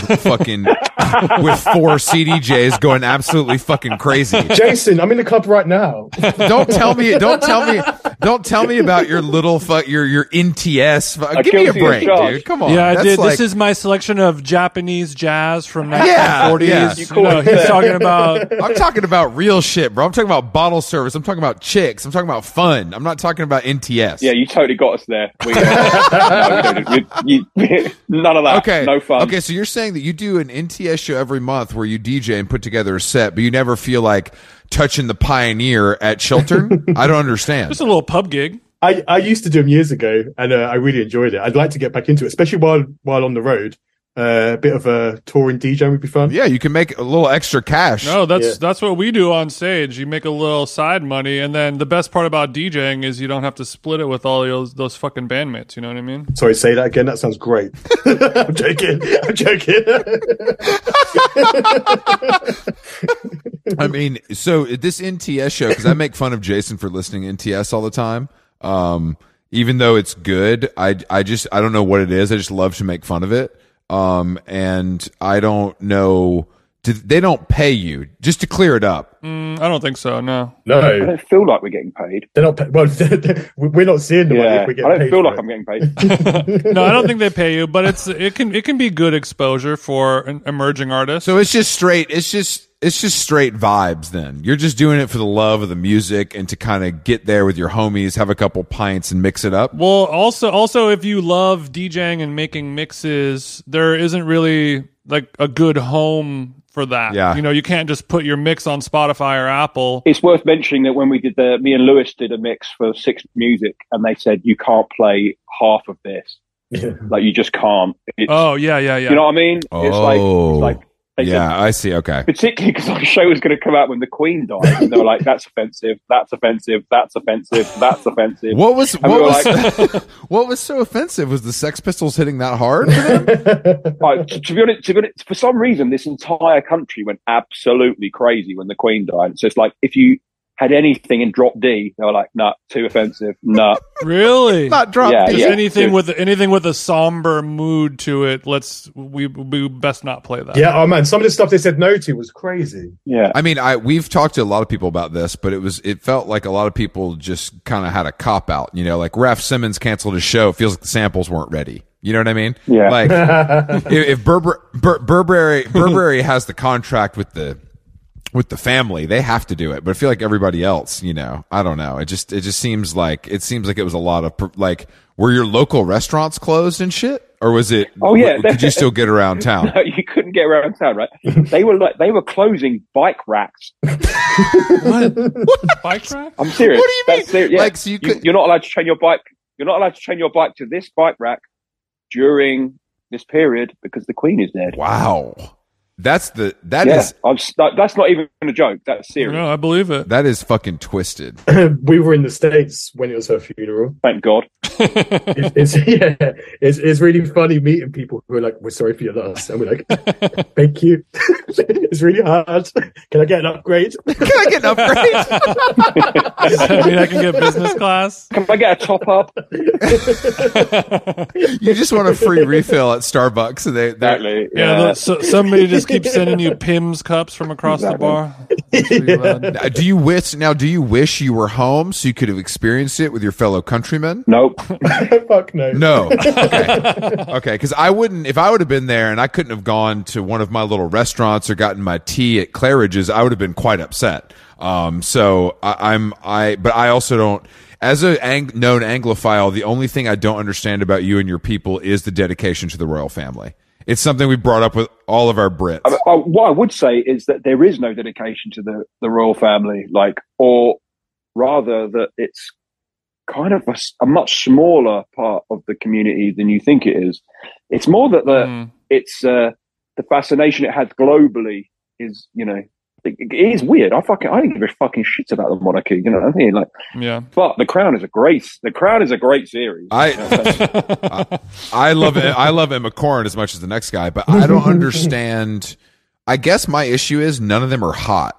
fucking with four CDJs going absolutely fucking crazy? Jason, I'm in the club right now. Don't tell me, don't tell me, don't tell me about your little fuck, your, your NTS. Fu- Give me a guilty as break, charged. dude. Come on. Yeah, I That's did. like- this is my selection of Japanese jazz from Yeah, 1940s. yeah. You know, he's talking about I'm talking about real shit, bro. I'm talking about bottle service. I'm talking about chicks. I'm talking about fun. I'm not talking about NTS. Yeah, you totally got us there. We, no, we don't- we- you- none of that. Okay. No fun. Okay, so you're saying that you do an NTS show every month where you DJ and put together a set, but you never feel like touching the pioneer at Chiltern? I don't understand. just a little pub gig. I, I used to do them years ago, and uh, I really enjoyed it. I'd like to get back into it, especially while while on the road. Uh, a bit of a touring DJ would be fun. Yeah, you can make a little extra cash. No, that's Yeah. that's what we do on stage. You make a little side money, and then the best part about DJing is you don't have to split it with all those those fucking bandmates. You know what I mean? Sorry, say that again. That sounds great. I'm joking. I'm joking. I mean, so this NTS show because I make fun of Jason for listening to NTS all the time. Um, even though it's good, I I just I don't know what it is. I just love to make fun of it. Um, and I don't know. Do, they don't pay you just to clear it up. Mm, I don't think so. No. I no, don't feel like we're getting paid. they're not. pa- Well, we're not seeing the money Yeah, if we get I don't paid feel for like it. I'm getting paid. no, I don't think they pay you, but it's it can it can be good exposure for an emerging artist. So it's just straight. It's just it's just straight vibes. Then you're just doing it for the love of the music and to kind of get there with your homies, have a couple pints, and mix it up. well, also also if you love DJing and making mixes, there isn't really like a good home for that. Yeah. You know, you can't just put your mix on Spotify or Apple. it's worth mentioning that when we did the me and Lewis did a mix for Six Music, and they said you can't play half of this. Yeah. Like you just can't. It's, Oh yeah, yeah, yeah. You know what I mean? It's like it's like they said- yeah, I see. Okay. particularly because our show was going to come out when the Queen died, and they were like, "That's offensive. That's offensive. That's offensive. That's offensive." What was we what were was what was so offensive? Was the Sex Pistols hitting that hard? Like, to, to be honest, to be honest, for some reason, this entire country went absolutely crazy when the Queen died. So it's like if you had anything in drop D, they were like, "No, too offensive. No, really? Not drop Yeah, D. Just yeah. anything dude. with anything with a somber mood to it. Let's we we best not play that. yeah. Oh man, some of the stuff they said no to was crazy. yeah." I mean, I we've talked to a lot of people about this, but it was it felt like a lot of people just kind of had a cop out. You know, like Raf Simmons canceled his show. It feels like the samples weren't ready. You know what I mean? Yeah. Like if, if Burber, Bur, Burberry Burberry has the contract with the with the family, they have to do it. But I feel like everybody else, you know, I don't know. It just it just seems like it seems like it was a lot of pr- like were your local restaurants closed and shit, or was it? Oh, yeah. w- could you still get around town? No, you couldn't get around town, right? They were like they were closing bike racks. Bike track? I'm serious. What do you That's mean? serious. Yeah. Like, so you you, could- you're not allowed to train your bike. You're not allowed to train your bike to this bike rack during this period because the Queen is dead. Wow, that's the that is yeah, I'm, s- that, that's not even a joke. That's serious. No, I believe it. that is fucking twisted. we were in the states when it was her funeral. Thank God. It's, it's yeah, it's it's really funny meeting people who are like, "We're sorry for your loss," and we're like, "Thank you." it's really hard. Can I get an upgrade? Can I get an upgrade? I mean, I can get business class. Can I get a top up? you just want a free refill at Starbucks, and they they're- Exactly. Yeah, the- so, somebody just keeps sending you Pim's cups from across the Exactly. bar. That's pretty bad. Uh, Do you wish now? Do you wish you were home so you could have experienced it with your fellow countrymen? Nope. Fuck no. No. Okay. Okay. Because I wouldn't, if I would have been there and I couldn't have gone to one of my little restaurants or gotten my tea at Claridge's, I would have been quite upset. Um, so I, I'm, I, but I also don't, as a ang- known Anglophile, the only thing I don't understand about you and your people is the dedication to the royal family. It's something we brought up with all of our Brits. I, I, what I would say is that there is no dedication to the, the royal family, like, or rather that it's kind of a, s- a much smaller part of the community than you think it is. It's more that the Mm. it's uh, the fascination it has globally is you know it, it is weird. I fucking I don't give a fucking shit about the monarchy. You know what I mean? Like, Hmm, Yeah. but the Crown is a great the Crown is a great series. I, I love it. I love Emma Corrin as much as the next guy, but I don't understand. I guess my issue is none of them are hot,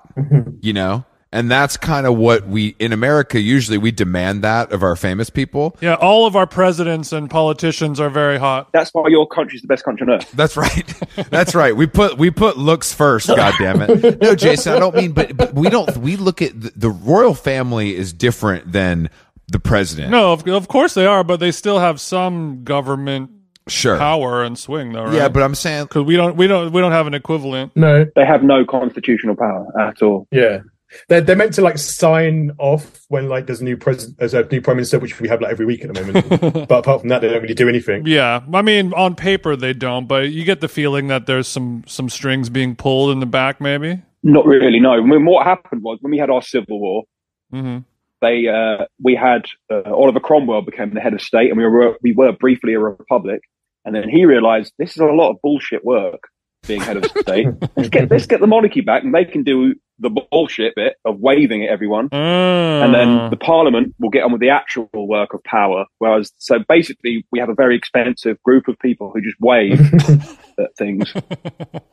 you know, and that's kind of what we in America usually we demand that of our famous people. Yeah, all of our presidents and politicians are very hot. That's why your country's the best country on earth. That's right. That's right. We put we put looks first. God damn it. No, Jason, I don't mean. But, but we don't. We look at the, the royal family is different than the president. No, of, of course they are, but they still have some government sure. power and swing, though, right? Yeah, but I'm saying because we don't, we don't, we don't have an equivalent. No. They have no constitutional power at all. Yeah. They're, they're meant to like sign off when like there's a new president, there's a new prime minister, which we have like every week at the moment. but apart from that, they don't really do anything. Yeah, I mean, on paper they don't, but you get the feeling that there's some some strings being pulled in the back, maybe. Not really. No. When what happened was when we had our civil war, hmm they uh, we had uh, Oliver Cromwell became the head of state, and we were we were briefly a republic. And then he realised this is a lot of bullshit work being head of state. let's get let's get the monarchy back, and they can do the bullshit bit of waving at everyone, Ah. and then the parliament will get on with the actual work of power. Whereas, so basically, we have a very expensive group of people who just wave at things,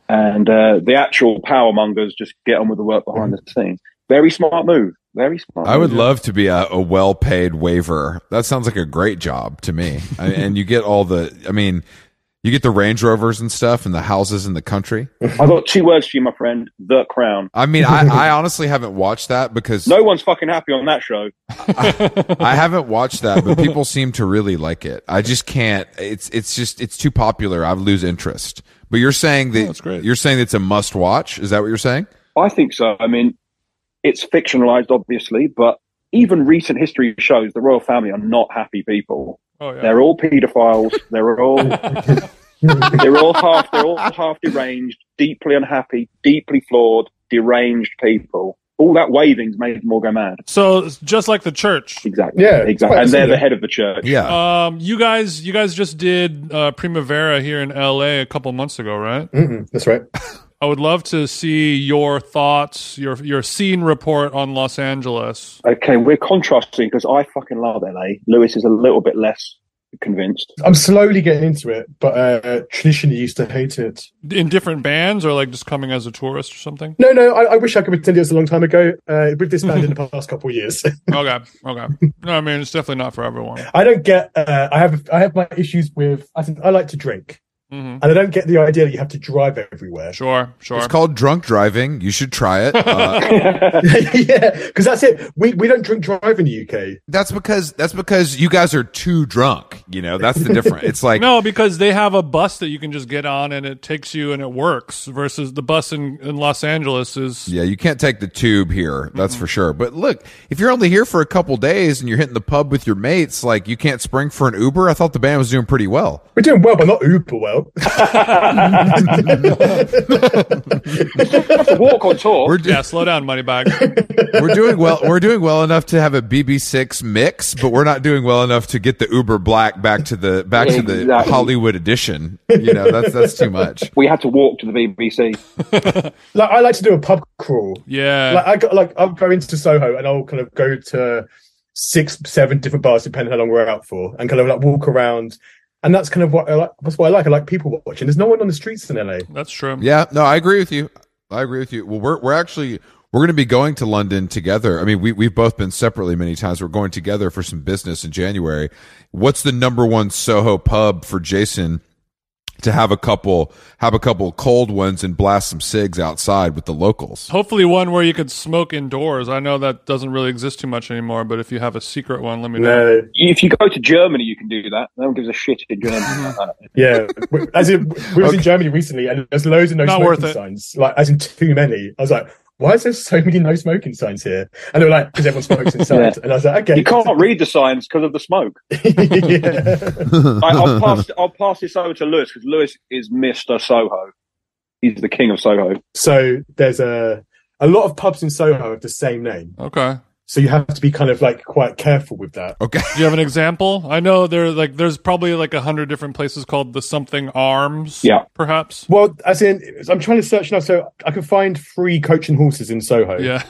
and uh, the actual power mongers just get on with the work behind the scenes. Very smart move. Very smart. I would move. love to be a, a well paid waiver. That sounds like a great job to me. I, and you get all the, I mean, you get the Range Rovers and stuff and the houses in the country. I've got two words for you, my friend. The crown. I mean, I, I honestly haven't watched that because No one's fucking happy on that show. I haven't watched that, but people seem to really like it. I just can't. It's it's just it's too popular. I lose interest. But you're saying that that's great. you're saying it's a must watch. Is that what you're saying? I think so. I mean, it's fictionalized, obviously, but even recent history shows the royal family are not happy people. oh, yeah. They're all paedophiles. They're all they're all half they're all half deranged, deeply unhappy, deeply flawed, deranged people. All that waving's made them all go mad. So it's just like the church. Exactly. Yeah, it's Exactly. quite And they're similar. the head of the church. Yeah. Um, you guys, you guys just did uh, Primavera here in L.A. a couple months ago, right? Mm-mm, that's right. I would love to see your thoughts, your your scene report on Los Angeles. Okay, we're contrasting because I fucking love LA. Lewis is a little bit less convinced. I'm slowly getting into it, but uh, traditionally used to hate it. in different bands or like just coming as a tourist or something? No, no, I, I wish I could pretend it was a long time ago. Uh, we've disbanded in the past couple of years. Okay, okay. No, I mean it's definitely not for everyone. I don't get. Uh, I have. I have my issues with. I, think, I like to drink, hmm and I don't get the idea that you have to drive everywhere. Sure, sure. It's called drunk driving. You should try it. Uh, yeah, because that's it. We we don't drink drive in the UK. that's because that's because you guys are too drunk. You know, that's the difference. It's like no, because they have a bus that you can just get on and it takes you and it works. Versus the bus in, in Los Angeles is Yeah, you can't take the tube here. That's for sure. But look, if you're only here for a couple days and you're hitting the pub with your mates, like you can't spring for an Uber. I thought the band was doing pretty well. We're doing well, but not uber well. Walk on talk. We're, do- yeah. Slow down, money bag. we're doing well. We're doing well enough to have a BB6 mix, but we're not doing well enough to get the Uber Black back to the back to the Exactly. Hollywood edition. You know, that's that's too much. we had to walk to the BBC. like I like to do a pub crawl. Yeah, Like I got like I'll go into Soho and I'll kind of go to six, seven different bars depending how long we're out for, and kind of like walk around. And that's kind of what I like. That's what I like. I like people watching. There's no one on the streets in LA. that's true. Yeah, no, I agree with you. I agree with you. Well, we're we're actually we're going to be going to London together. I mean, we we've both been separately many times. We're going together for some business in January. What's the number one Soho pub for Jason to have a couple have a couple cold ones and blast some cigs outside with the locals? Hopefully, one where you could smoke indoors. I know that doesn't really exist too much anymore, but if you have a secret one, let me know. No, If you go to Germany, you can do that. No one gives a shit in Germany about that. yeah. We- as in, we was in Germany recently, and there's loads of no Not worth smoking it. signs. Like, as in too many. I was like, why is there so many no smoking signs here? And they were like, because everyone smokes inside. And I was like, okay, You can't read the signs because of the smoke. yeah. I, I'll, pass, I'll pass this over to Lewis because Lewis is Mr. Soho. He's the king of Soho. So there's a a lot of pubs in Soho have the same name. Okay. So you have to be kind of like quite careful with that. Okay. Do you have an example? I know there like there's probably like a hundred different places called the something arms. Yeah. Perhaps. Well, as in, I'm trying to search now, so I can find three coach and horses in Soho. Yeah.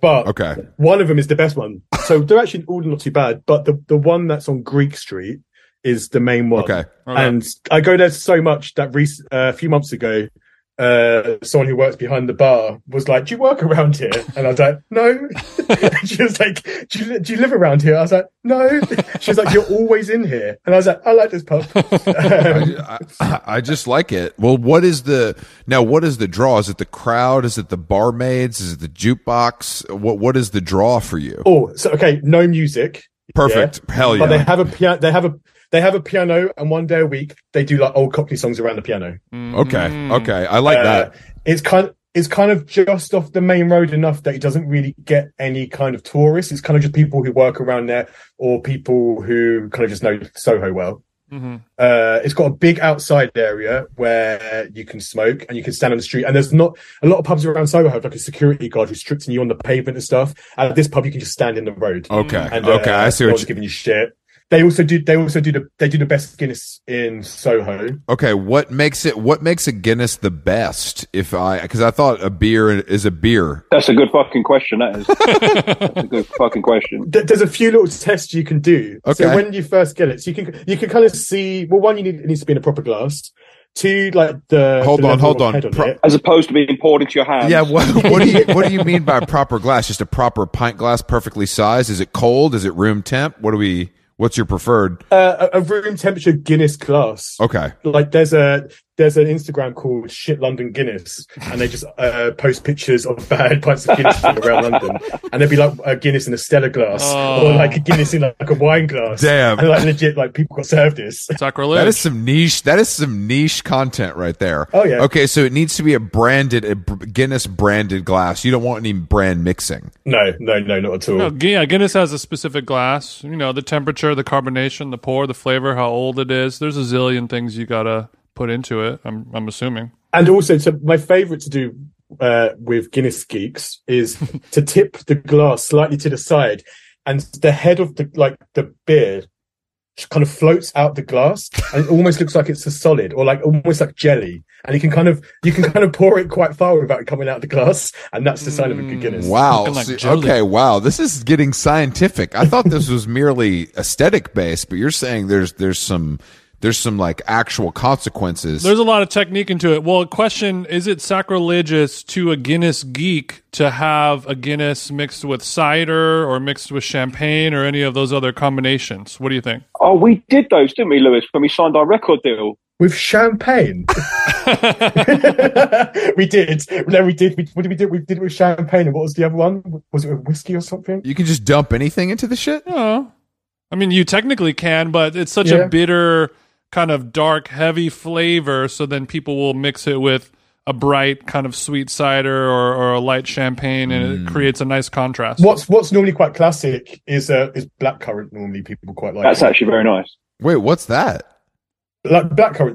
But Okay. one of them is the best one. So they're actually all not too bad. But the, the one that's on Greek Street is the main one. Okay. Okay. And I go there so much that rec- uh, a few months ago, uh, someone who works behind the bar was like, "Do you work around here?" And I was like, "No." she was like, do you, li- "Do you live around here?" I was like, "No." She was like, "You're always in here," and I was like, "I like this pub." Um, I, I, I just like it. Well, what is the now? What is the draw? Is it the crowd? Is it the barmaids? Is it the jukebox? What What is the draw for you? oh, so okay, no music, Perfect. Hell but they Oh, yeah. have a piano. They have a they have a piano, and one day a week they do like old Cockney songs around the piano. Okay. Okay. I like Uh, that. It's kind it's kind of just off the main road enough that it doesn't really get any kind of tourists. It's kind of just people who work around there or people who kind of just know Soho well. hmm Uh, it's got a big outside area where you can smoke and you can stand on the street. And there's not a lot of pubs around Soho have like a security guard who's stripping you on the pavement and stuff. And at this pub, you can just stand in the road. Oh, Okay. And, okay. uh, I see no what one's you. giving you shit. They also do. They also do the. They do the best Guinness in Soho. Okay, what makes it what makes a Guinness the best? If I because I thought a beer is a beer. That's a good fucking question. That is That's a good fucking question. There- There's a few little tests you can do. Okay. So when you first get it, so you can you can kind of see. Well, one, you need it needs to be in a proper glass. Two, like the Hold the on, level hold of on. head Pro- it. As opposed to being poured into your hand. Yeah, what, what do you what do you mean by proper glass? Just a proper pint glass, perfectly sized. Is it cold? Is it room temp? What do we? What's your preferred? Uh, a, a room temperature Guinness glass. Okay, like there's a there's an Instagram called Shit London Guinness, and they just uh, post pictures of bad pints of Guinness from around London, and they'd be like a Guinness in a Stella glass, Oh. or like a Guinness in like a wine glass. Damn. and like legit, like people got served this. Sacrilege. that is some niche. That is some niche content right there. Oh, yeah. Okay, so it needs to be a branded a br- Guinness branded glass. You don't want any brand mixing. No, no, no, not at all. No, Gu- yeah, Guinness has a specific glass. You know, the temperature, the carbonation, the pour, the flavor, how old it is. There's a zillion things you gotta put into it. I'm I'm assuming. And also, to, my favorite to do uh, with Guinness geeks is to tip the glass slightly to the side, and the head of the like the beer just kind of floats out the glass, and it almost looks like it's a solid or like almost like jelly. And you can kind of you can kind of pour it quite far without it coming out the glass, and that's the sign of a good Guinness. Mm, Wow. Looking like See- jelly. okay. Wow. This is getting scientific. I thought this was merely aesthetic based, but you're saying there's there's some there's some like actual consequences. There's a lot of technique into it. Well, question is it sacrilegious to a Guinness geek to have a Guinness mixed with cider or mixed with champagne or any of those other combinations? What do you think? Oh, we did those, didn't we, Lewis, when we signed our record deal? With champagne, we did. No, we did. We, what did we do? We did it with champagne, and what was the other one? Was it with whiskey or something? you can just dump anything into the shit. No. I mean, you technically can, but it's such Yeah. a bitter, kind of dark, heavy flavor. So then people will mix it with a bright, kind of sweet cider or, or a light champagne, and it creates a nice contrast. What's what's normally quite classic is uh, is blackcurrant. Normally, people quite like That's actually very nice. Wait, what's that? like blackcurrant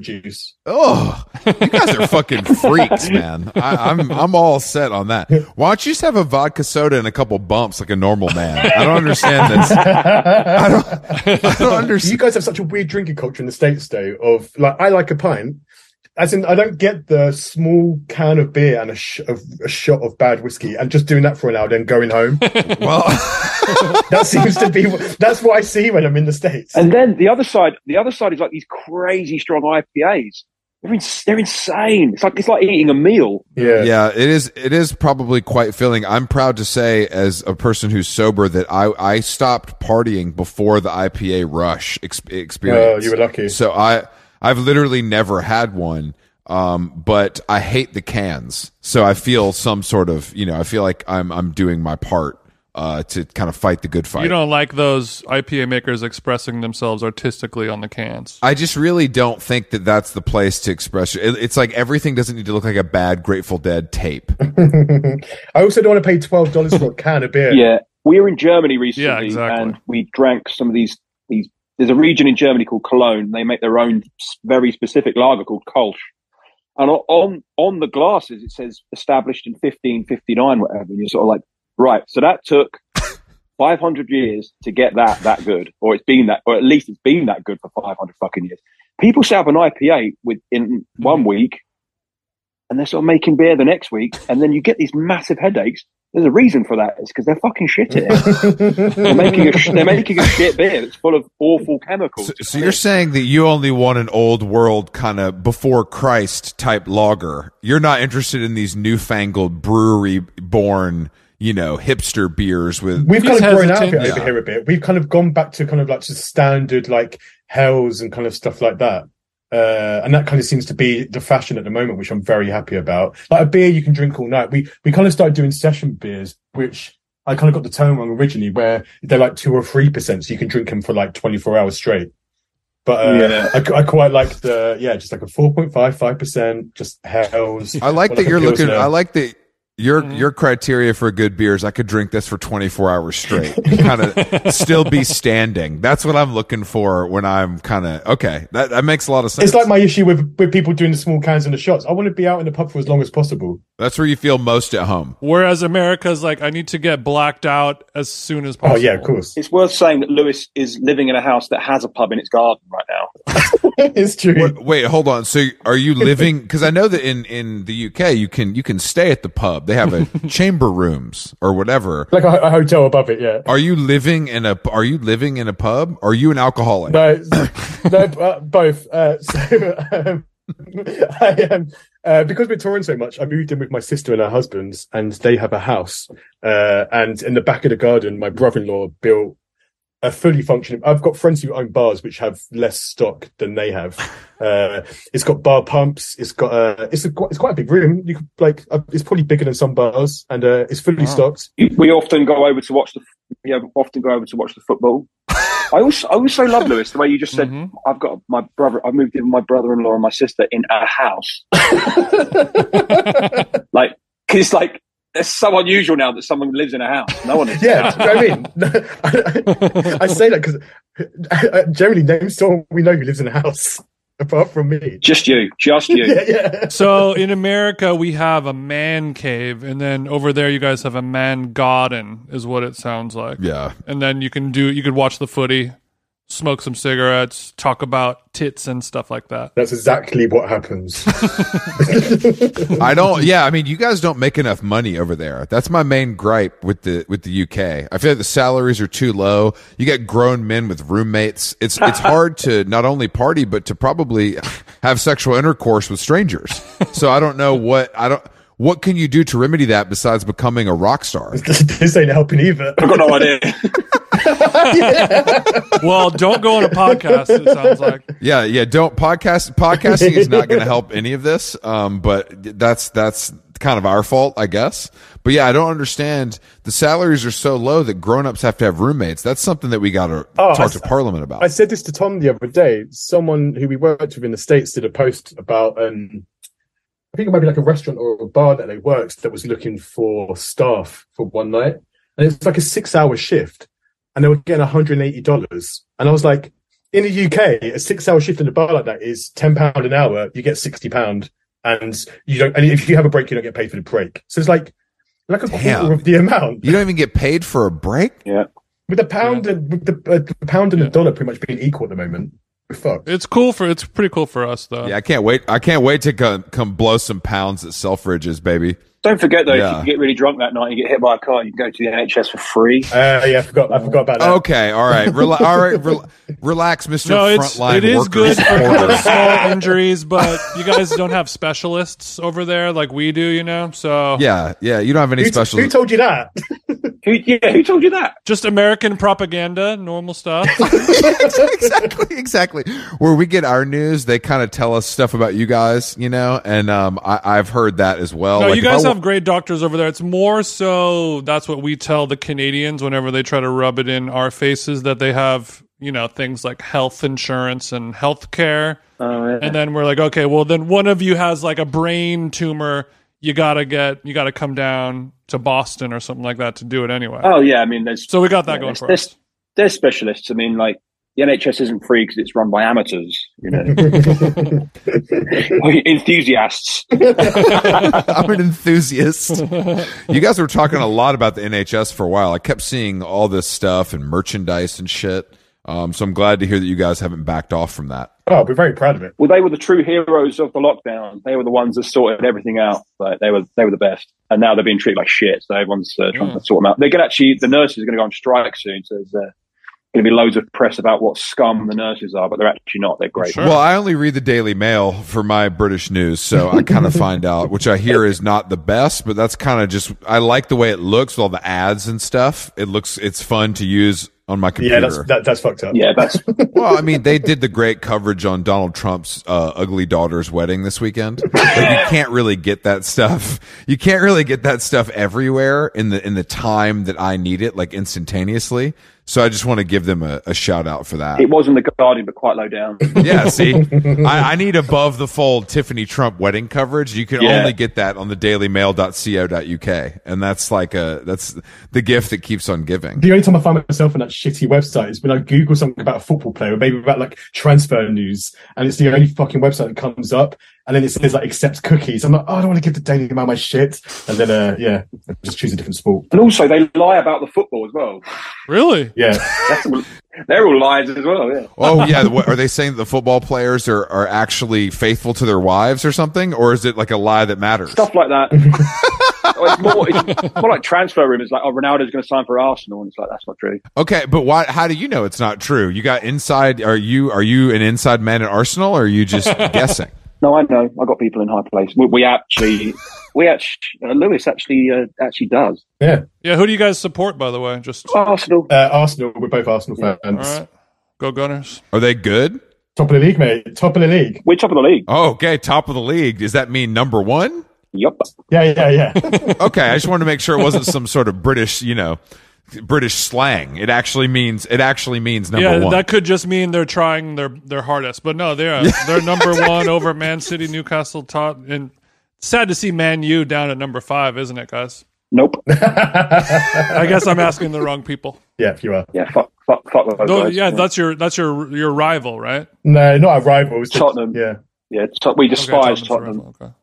juice. Oh, you guys are fucking freaks, man. I, I'm I'm all set on that. Why don't you just have a vodka soda and a couple bumps like a normal man? I don't understand this. I don't. I don't You understand. guys have such a weird drinking culture in the states, though. Of like, I like a pint. As in, I don't get the small can of beer and a, sh- of, a shot of bad whiskey, and just doing that for an hour, then going home. Well, that seems to be what- that's what I see when I'm in the states. And then the other side, the other side is like these crazy strong IPAs. They're, ins they're insane. It's like it's like eating a meal. yeah, yeah, it is. It is probably quite filling. I'm proud to say, as a person who's sober, that I I stopped partying before the IPA rush ex- Well, experience. Oh, you were lucky. So I I've literally never had one. Um, but I hate the cans. So I feel some sort of, you know, I feel like I'm I'm doing my part uh to kind of fight the good fight. you don't like those IPA makers expressing themselves artistically on the cans. I just really don't think that that's the place to express it. It's like everything doesn't need to look like a bad Grateful Dead tape. I also don't want to pay twelve dollars for a can of beer. Yeah, we were in Germany recently, Yeah, exactly. and we drank some of these. These there's a region in Germany called Cologne. They make their own s- very specific lager called Kolsch. And o- on on the glasses it says established in 1559, whatever. And you're sort of like, right. So that took 500 years to get that that good, or it's been that, or at least it's been that good for 500 fucking years. People set up an IPA within Mm-hmm. one week, and they're sort of making beer the next week, and then you get these massive headaches. There's a reason for that. It's because they're fucking shit at it. they're making a sh- they're making a shit beer that's full of awful chemicals. So, so you're saying that you only want an old world kind of before Christ type lager. You're not interested in these newfangled brewery born, you know, hipster beers with We've He's kind of grown out of it hesitant. over here a bit. We've kind of gone back to kind of like just standard like hells and kind of stuff like that. Uh, and that kind of seems to be the fashion at the moment, which I'm very happy about. Like a beer you can drink all night. We we kind of started doing session beers, which I kind of got the term wrong originally, where they're like two or three percent, so you can drink them for like 24 hours straight. But uh, Yeah. I qu- I, quite like the yeah, just like a 4.55 percent, just hells. I like that Well, like a you're looking. Pilsner. I like that your your criteria for good beer is I could drink this for 24 hours straight, kind of still be standing. That's what I'm looking for when I'm kind of okay. That that makes a lot of sense. It's like my issue with with people doing the small cans and the shots. I want to be out in the pub for as long as possible. That's where you feel most at home. Whereas America's like, I need to get blacked out as soon as Oh possible. yeah, of course. It's worth saying that Lewis is living in a house that has a pub in its garden right now. it's true. Wait, wait, hold on. So are you living? Because I know that in in the UK you can you can stay at the pub. They have a chamber rooms or whatever. Like a, a hotel above it, yeah. Are you living in a Are you living in a pub? Are you an alcoholic? No, it's- no, uh, both. Uh, so um, I um, uh, because we're touring so much, I moved in with my sister and her husband's, and they have a house. Uh, and in the back of the garden, my brother-in-law built a fully functioning. I've got friends who own bars which have less stock than they have. Uh, it's got bar pumps. It's got uh, it's a, it's quite a big room. You could, like uh, it's probably bigger than some bars, and uh, it's fully stocked. we often go over to watch the yeah, often go over to watch the football. I also I also love Lewis the way you just said Mm-hmm. Mhm. I've got my brother I moved in with my brother in law and my sister in a house. like 'cause it's like it's so unusual now that someone lives in a house. No one is. Yeah, do you know what I mean, I, say that because generally, name someone we know who lives in a house apart from me. Just you. Just you. Yeah, yeah. So in America, we have a man cave, and then over there, you guys have a man garden, is what it sounds like. Yeah. And then you can do, you could watch the footy, smoke some cigarettes, talk about tits and stuff like that. That's exactly what happens. I don't. Yeah, I mean, you guys don't make enough money over there. That's my main gripe with the with the UK. I feel like the salaries are too low. You got grown men with roommates. It's it's hard to not only party but to probably have sexual intercourse with strangers. So I don't know what I don't. What can you do to remedy that besides becoming a rock star? this ain't helping either. I've got no idea. well, don't go on a podcast. It sounds like Yeah, yeah. Don't podcast. Podcasting is not going to help any of this. Um, but that's that's kind of our fault, I guess. But yeah, I don't understand. The salaries are so low that grown-ups have to have roommates. That's something that we got to Oh, talk I- to Parliament about. I said this to Tom the other day. Someone who we worked with in the States did a post about, um, I think it might be like a restaurant or a bar that they worked that was looking for staff for one night. And it's like a six hour shift. And they were getting $180. And I was like, in the UK, a six hour shift in a bar like that is £10 an hour. You get £60. And you don't, and if you have a break, you don't get paid for the break. So it's like, like a Damn. quarter of the amount you don't even get paid for a break. with the pound and with the, uh, the pound and the dollar pretty much being equal at the moment. We're fucked. it's cool for it's pretty cool for us though. Yeah, I can't wait. I can't wait to come, come blow some pounds at Selfridges, baby. Don't forget though, Yeah. if you get really drunk that night and you get hit by a car, you can go to the NHS for free. Uh, yeah, I forgot. I forgot about that. Okay, all right, Rela- all right, rel- relax, Mister No, it's Frontline it is Worker good for kind Supporter. of small injuries, but you guys don't have specialists over there like we do, you know. So yeah, yeah. You don't have any Who, special. who told you that? Who yeah, who told you that? just American propaganda, normal stuff. exactly, exactly. Where we get our news, they kind of tell us stuff about you guys, you know. And um, I, I've heard that as well. No, Oh, Like, you if I guys wa- have great doctors over there. It's more so that's what we tell the Canadians whenever they try to rub it in our faces that they have, you know, things like health insurance and health care. Oh, And then we're like, okay, well, then one of you has like a brain tumor. You got to get, you got to come down to Boston or something like that to do it anyway. Oh yeah, I mean there's so we got that Yeah, going there's, for us. there's, there's specialists. I mean, like the NHS isn't free because it's run by amateurs, you know, enthusiasts. I'm an enthusiast. you guys were talking a lot about the NHS for a while. I kept seeing all this stuff and merchandise and shit. Um, so I'm glad to hear that you guys haven't backed off from that. Oh, we're very proud of it. Well, they were the true heroes of the lockdown. They were the ones that sorted everything out. Like they were, they were the best. And now they're being treated like shit. So everyone's uh, trying to sort them out. They're gonna actually, the nurses are going to go on strike soon. So there's uh, going to be loads of press about what scum the nurses are, but they're actually not. They're great. Sure. Well, I only read the Daily Mail for my British news, so I kind of find out, which I hear is not the best, but that's kind of just, I like the way it looks, with all the ads and stuff. It looks, it's fun to use on my computer. Yeah, that's that, that's fucked up. Yeah, that's Well, I mean, they did the great coverage on Donald Trump's uh, ugly daughter's wedding this weekend. Like, you can't really get that stuff. You can't really get that stuff everywhere in the in the time that I need it, like instantaneously. So I just want to give them a, a shout out for that. It was in the Guardian, but quite low down. Yeah, see, I, I need above the fold Tiffany Trump wedding coverage. You can Yeah. only get that on the dailymail.co.uk. And that's like a, that's the gift that keeps on giving. The only time I find myself on that shitty website is when I Google something about a football player, maybe about like transfer news, and it's the only fucking website that comes up. And then it says like accept cookies. I'm like, oh, I don't want to give the Daily Mail my shit. And then, uh, yeah, just choose a different sport. and also, they lie about the football as well. Really? Yeah, That's all, they're all liars as well. Yeah. Oh, yeah. What, are they saying that the football players are, are actually faithful to their wives or something? Or is it like a lie that matters? Stuff like that. Oh, it's, more, it's more like transfer rumors, like, oh, Ronaldo's going to sign for Arsenal. And it's like, that's not true. Okay. But why, how do you know it's not true? You got inside, are you, are you an inside man at Arsenal or are you just guessing? No, I know. I got people in high place. We, we actually, we actually, uh, Lewis actually uh, actually does. yeah. Yeah. Who do you guys support, by the way? Just all Arsenal. Uh, Arsenal, we're both Arsenal fans. right. Go Gunners. Are they good? Top of the league, mate. Top of the league. We're top of the league. Oh, okay. Top of the league. Does that mean number one? Yep. Yeah, yeah, yeah. Okay, I just wanted to make sure it wasn't some sort of British, you know, British slang. It actually means it actually means number yeah, one. that could just mean they're trying their their hardest, but no, they're they're number one over Man City, Newcastle, top, and sad to see Man U down at number five, isn't it, guys? Nope. I guess I'm asking the wrong people. yeah, you are. Yeah. Fuck. Fuck. Fuck those Though, guys. yeah, that's your that's your your rival, right? No, not our rivals. Tottenlam. Yeah. yeah. Tot- we Okay, despise Tottenham's Tottenham. rival, okay.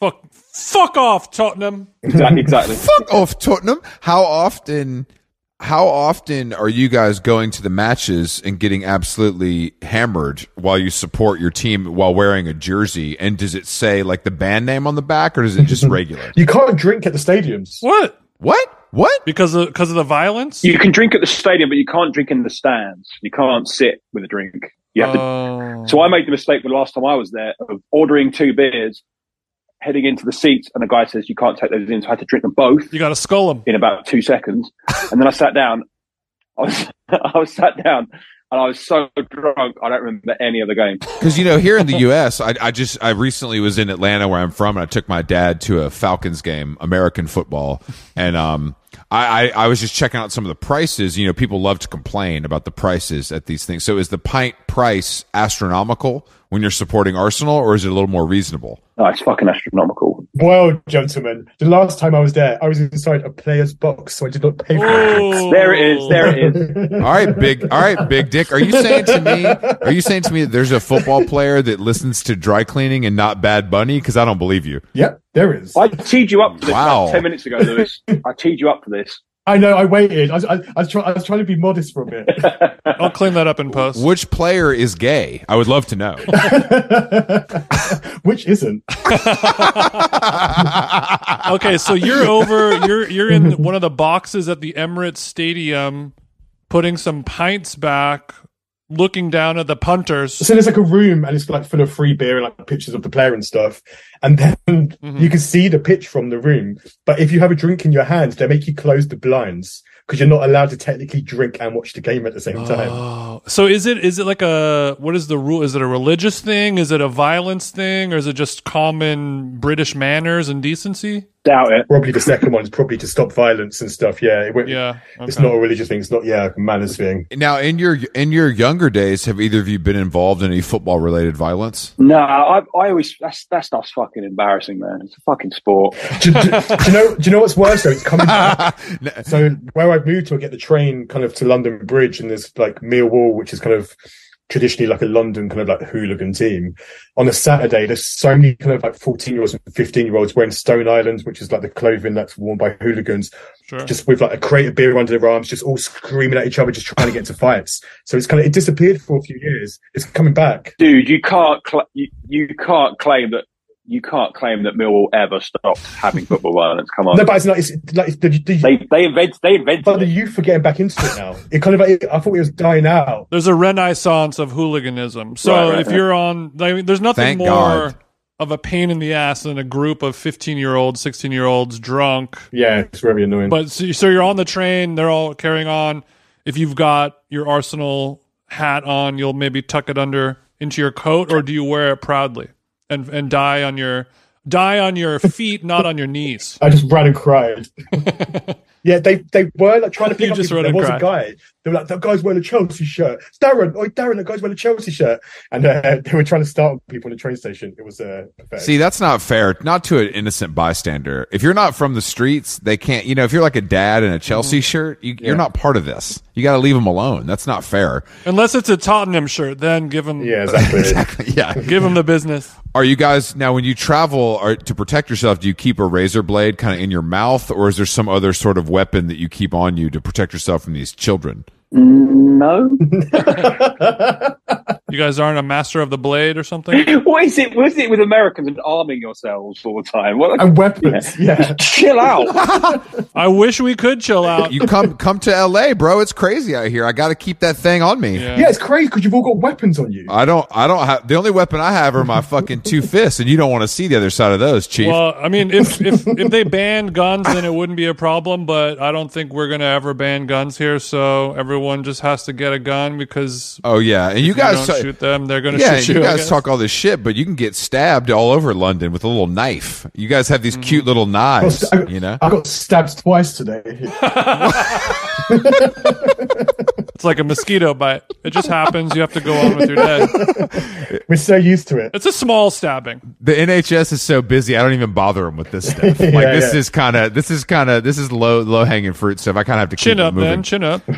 Fuck, fuck off, Tottenham. Exactly. exactly. Fuck off, Tottenham. How often? How often are you guys going to the matches and getting absolutely hammered while you support your team while wearing a jersey? And does it say like the band name on the back, or is it just regular? You can't drink at the stadiums. What? what? What? Because of because of the violence? You can drink at the stadium, but you can't drink in the stands. You can't sit with a drink. You have to. Oh. So I made the mistake the last time I was there of ordering two beers, heading into the seats, and the guy says you can't take those in. So I had to drink them both. you got to skull him. in about two seconds. And then I sat down. I was I was sat down and I was so drunk I don't remember any of the game. Because you know, here in the U.S., I, I just I recently was in Atlanta where I'm from, and I took my dad to a Falcons game, American football, and um, I, I I was just checking out some of the prices. You know, people love to complain about the prices at these things. So is the pint price astronomical when you're supporting Arsenal, or is it a little more reasonable? No, it's fucking astronomical. Well, gentlemen, the last time I was there, I was inside a player's box, so I did not pay for it. Oh. There it is, there it is. All right, big. All right, big Dick. Are you saying to me? Are you saying to me that there's a football player that listens to dry cleaning and not Bad Bunny? Because I don't believe you. Yep, there is. I teed you up for this Wow. like ten minutes ago, Lewis. I teed you up for this. I know. I waited. I, was- I, I, was try, I was trying to be modest for a bit. I'll clean that up in post. Which player is gay? I would love to know. Which isn't. okay, so you're over. You're you're in one of the boxes at the Emirates Stadium, putting some pints back, looking down at the punters. So there's like a room, and it's like full of free beer and like pictures of the player and stuff. And then you can see the pitch from the room. But if you have a drink in your hand, they make you close the blinds because you're not allowed to technically drink and watch the game at the same time. Oh, so is it is it like a what is the rule? Is it a religious thing? Is it a violence thing? Or is it just common British manners and decency? Doubt it. Probably the second one is probably to stop violence and stuff. Yeah, it, won't- Yeah, It's okay. not a religious thing. It's not yeah a manners thing. Now, in your in your younger days, have either of you been involved in any football related violence? No, I, I always that's that stuff's fucking embarrassing, man. It's a fucking sport. do, do- do you know? Do you know what's worse though? It's coming. No. so where I moved to, I get the train kind of to London Bridge, and there's like Millwall, which is kind of traditionally like a London kind of like hooligan team. On a Saturday, there's so many kind of like 14 year olds and 15 year olds wearing Stone Island, which is like the clothing that's worn by hooligans, Sure. just with like a crate of beer under their arms, just all screaming at each other, just trying to get into fights. So it's kind of it disappeared for a few years. It's coming back. Dude, you can't cl- you, you can't claim that you can't claim that Millwall ever stopped having football violence. Come on. No, but it's like it's like it's, the, the, they they invented they invented but the it. youth are getting back into it now. It kind of like, I thought it was dying out. There's a renaissance of hooliganism. So Right, right, if right. you're on, I mean, there's nothing Thank more God. of a pain in the ass than a group of 15 year olds, 16 year olds drunk Yeah, it's very annoying. But so, so you're on the train, they're all carrying on. If you've got your Arsenal hat on, you'll maybe tuck it under into your coat, or do you wear it proudly and and die on your die on your feet, not on your knees? I just ran and cried. yeah, they they were like trying to You pick up. just people. ran There and was a cried. guy. They were like, that guy's wearing a Chelsea shirt. It's Darren, oh Darren, that guy's wearing a Chelsea shirt. And uh, they were trying to start people in the train station. It was uh, pathetic. See, that's not fair. Not to an innocent bystander. If you're not from the streets, they can't. You know, if you're like a dad in a Chelsea shirt, you, you're not part of this. You got to leave them alone. That's not fair. Unless it's a Tottenham shirt, then give him yeah, exactly. yeah. give him the business. Are you guys now when you travel are, to protect yourself? Do you keep a razor blade kind of in your mouth, or is there some other sort of weapon that you keep on you to protect yourself from these children? No. You guys aren't a master of the blade or something. what is it? What is it with Americans and arming yourselves all the time? What, and weapons. Yeah. chill out. I wish we could chill out. You come come to L.A., bro. It's crazy out here. I got to keep that thing on me. Yeah. yeah. it's crazy because you've all got weapons on you. Uh, I don't. I don't have the only weapon I have are my fucking two fists, and you don't want to see the other side of those, chief. Well, I mean, if if if they banned guns, then it wouldn't be a problem. But I don't think we're gonna ever ban guns here. So everyone just has to get a gun because oh yeah, and you if you don't guys, ta- shoot them, they're gonna yeah, shoot you, you. I guys guess. talk all this shit, but you can get stabbed all over London with a little knife. You guys have these cute little knives, Oh, I got- you know. I got stabbed twice today. It's like a mosquito bite. It just happens. You have to go on with your day. We're so used to it. It's a small stabbing. The NHS is so busy, I don't even bother them with this stuff. Like Yeah, this yeah. is kind of this is kind of this is low low hanging fruit stuff. I kind of have to Chin keep up, it moving. man. Chin up.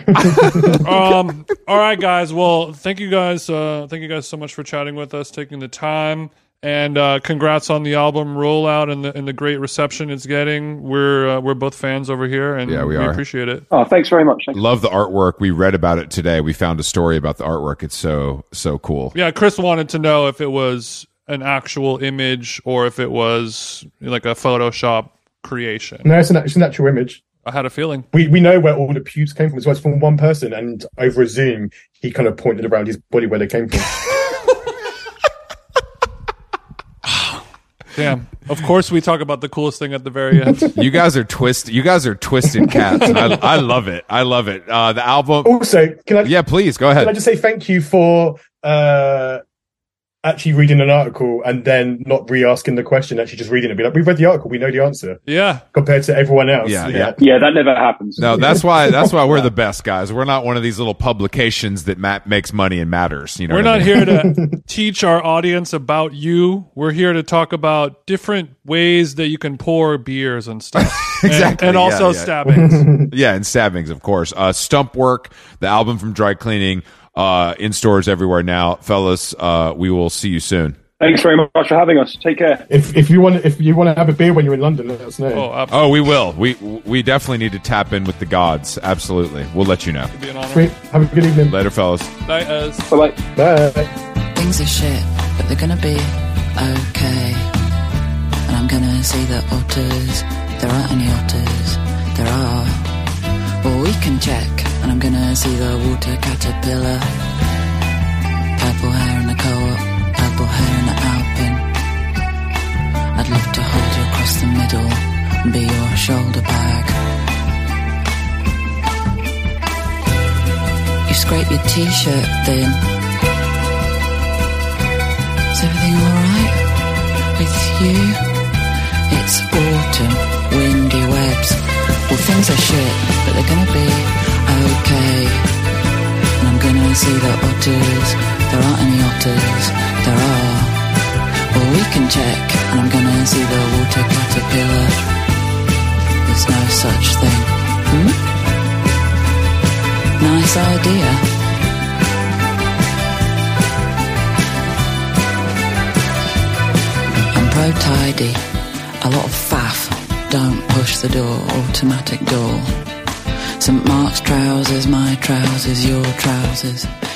um, all right, guys. Well, thank you guys. Uh, thank you guys so much for chatting with us, taking the time, and uh, congrats on the album rollout and the and the great reception it's getting. We're uh, we're both fans over here, and Yeah, we are. appreciate it. Oh, thanks very much. Thank you. Love the artwork. We read about it today. We found a story about the artwork. It's so so cool. Yeah, Chris wanted to know if it was an actual image or if it was like a Photoshop creation. No, it's an, it's an actual image. I had a feeling. We we know where all the pubes came from as well. It's from one person, and over a Zoom, he kind of pointed around his body where they came from. Damn. Of course, we talk about the coolest thing at the very end. You guys are twist. You guys are twisted cats. I, I love it. I love it. Uh, the album. also, can I Yeah, please go Oh, can I ahead. just say thank you for uh, actually reading an article and then not re-asking the question, actually just reading it. Be like, we've read the article, we know the answer Yeah. compared to everyone else. Yeah, yeah. Yeah, that never happens. No, that's why. That's why we're the best guys. We're not one of these little publications that ma- makes money and matters. You know, We're what I not mean? here to teach our audience about you. We're here to talk about different ways that you can pour beers and stuff. Exactly, And, and yeah, also yeah. stabbings. yeah, and stabbings, of course. Uh, Stump Work, the album from Dry Cleaning, uh, in stores everywhere now, fellas. Uh, we will see you soon. Thanks very much for having us. Take care. If if you want if you want to have a beer when you're in London, let us know. oh, absolutely. Oh, we will. We we definitely need to tap in with the gods. Absolutely, we'll let you know. It'd be an honor. Sweet. Have a good evening. Later, fellas. Night, Ez. Bye bye. Bye. Things are shit, but they're gonna be okay. And I'm gonna see the otters. There aren't any otters. There are. Well, we can check. And I'm gonna see the water caterpillar. Purple hair in the co-op. Purple hair in the alpine. I'd love to hold you across the middle and be your shoulder bag. You scrape your t-shirt thin. Is everything alright with you? It's autumn, windy webs. Well, things are shit, but they're gonna be okay. And I'm gonna see the otters. There aren't any otters. There are. Well, we can check, and I'm gonna see the water caterpillar. There's no such thing. Hmm? Nice idea. I'm pro tidy. A lot of faff. Don't push the door, automatic door. St. Mark's trousers, my trousers, your trousers.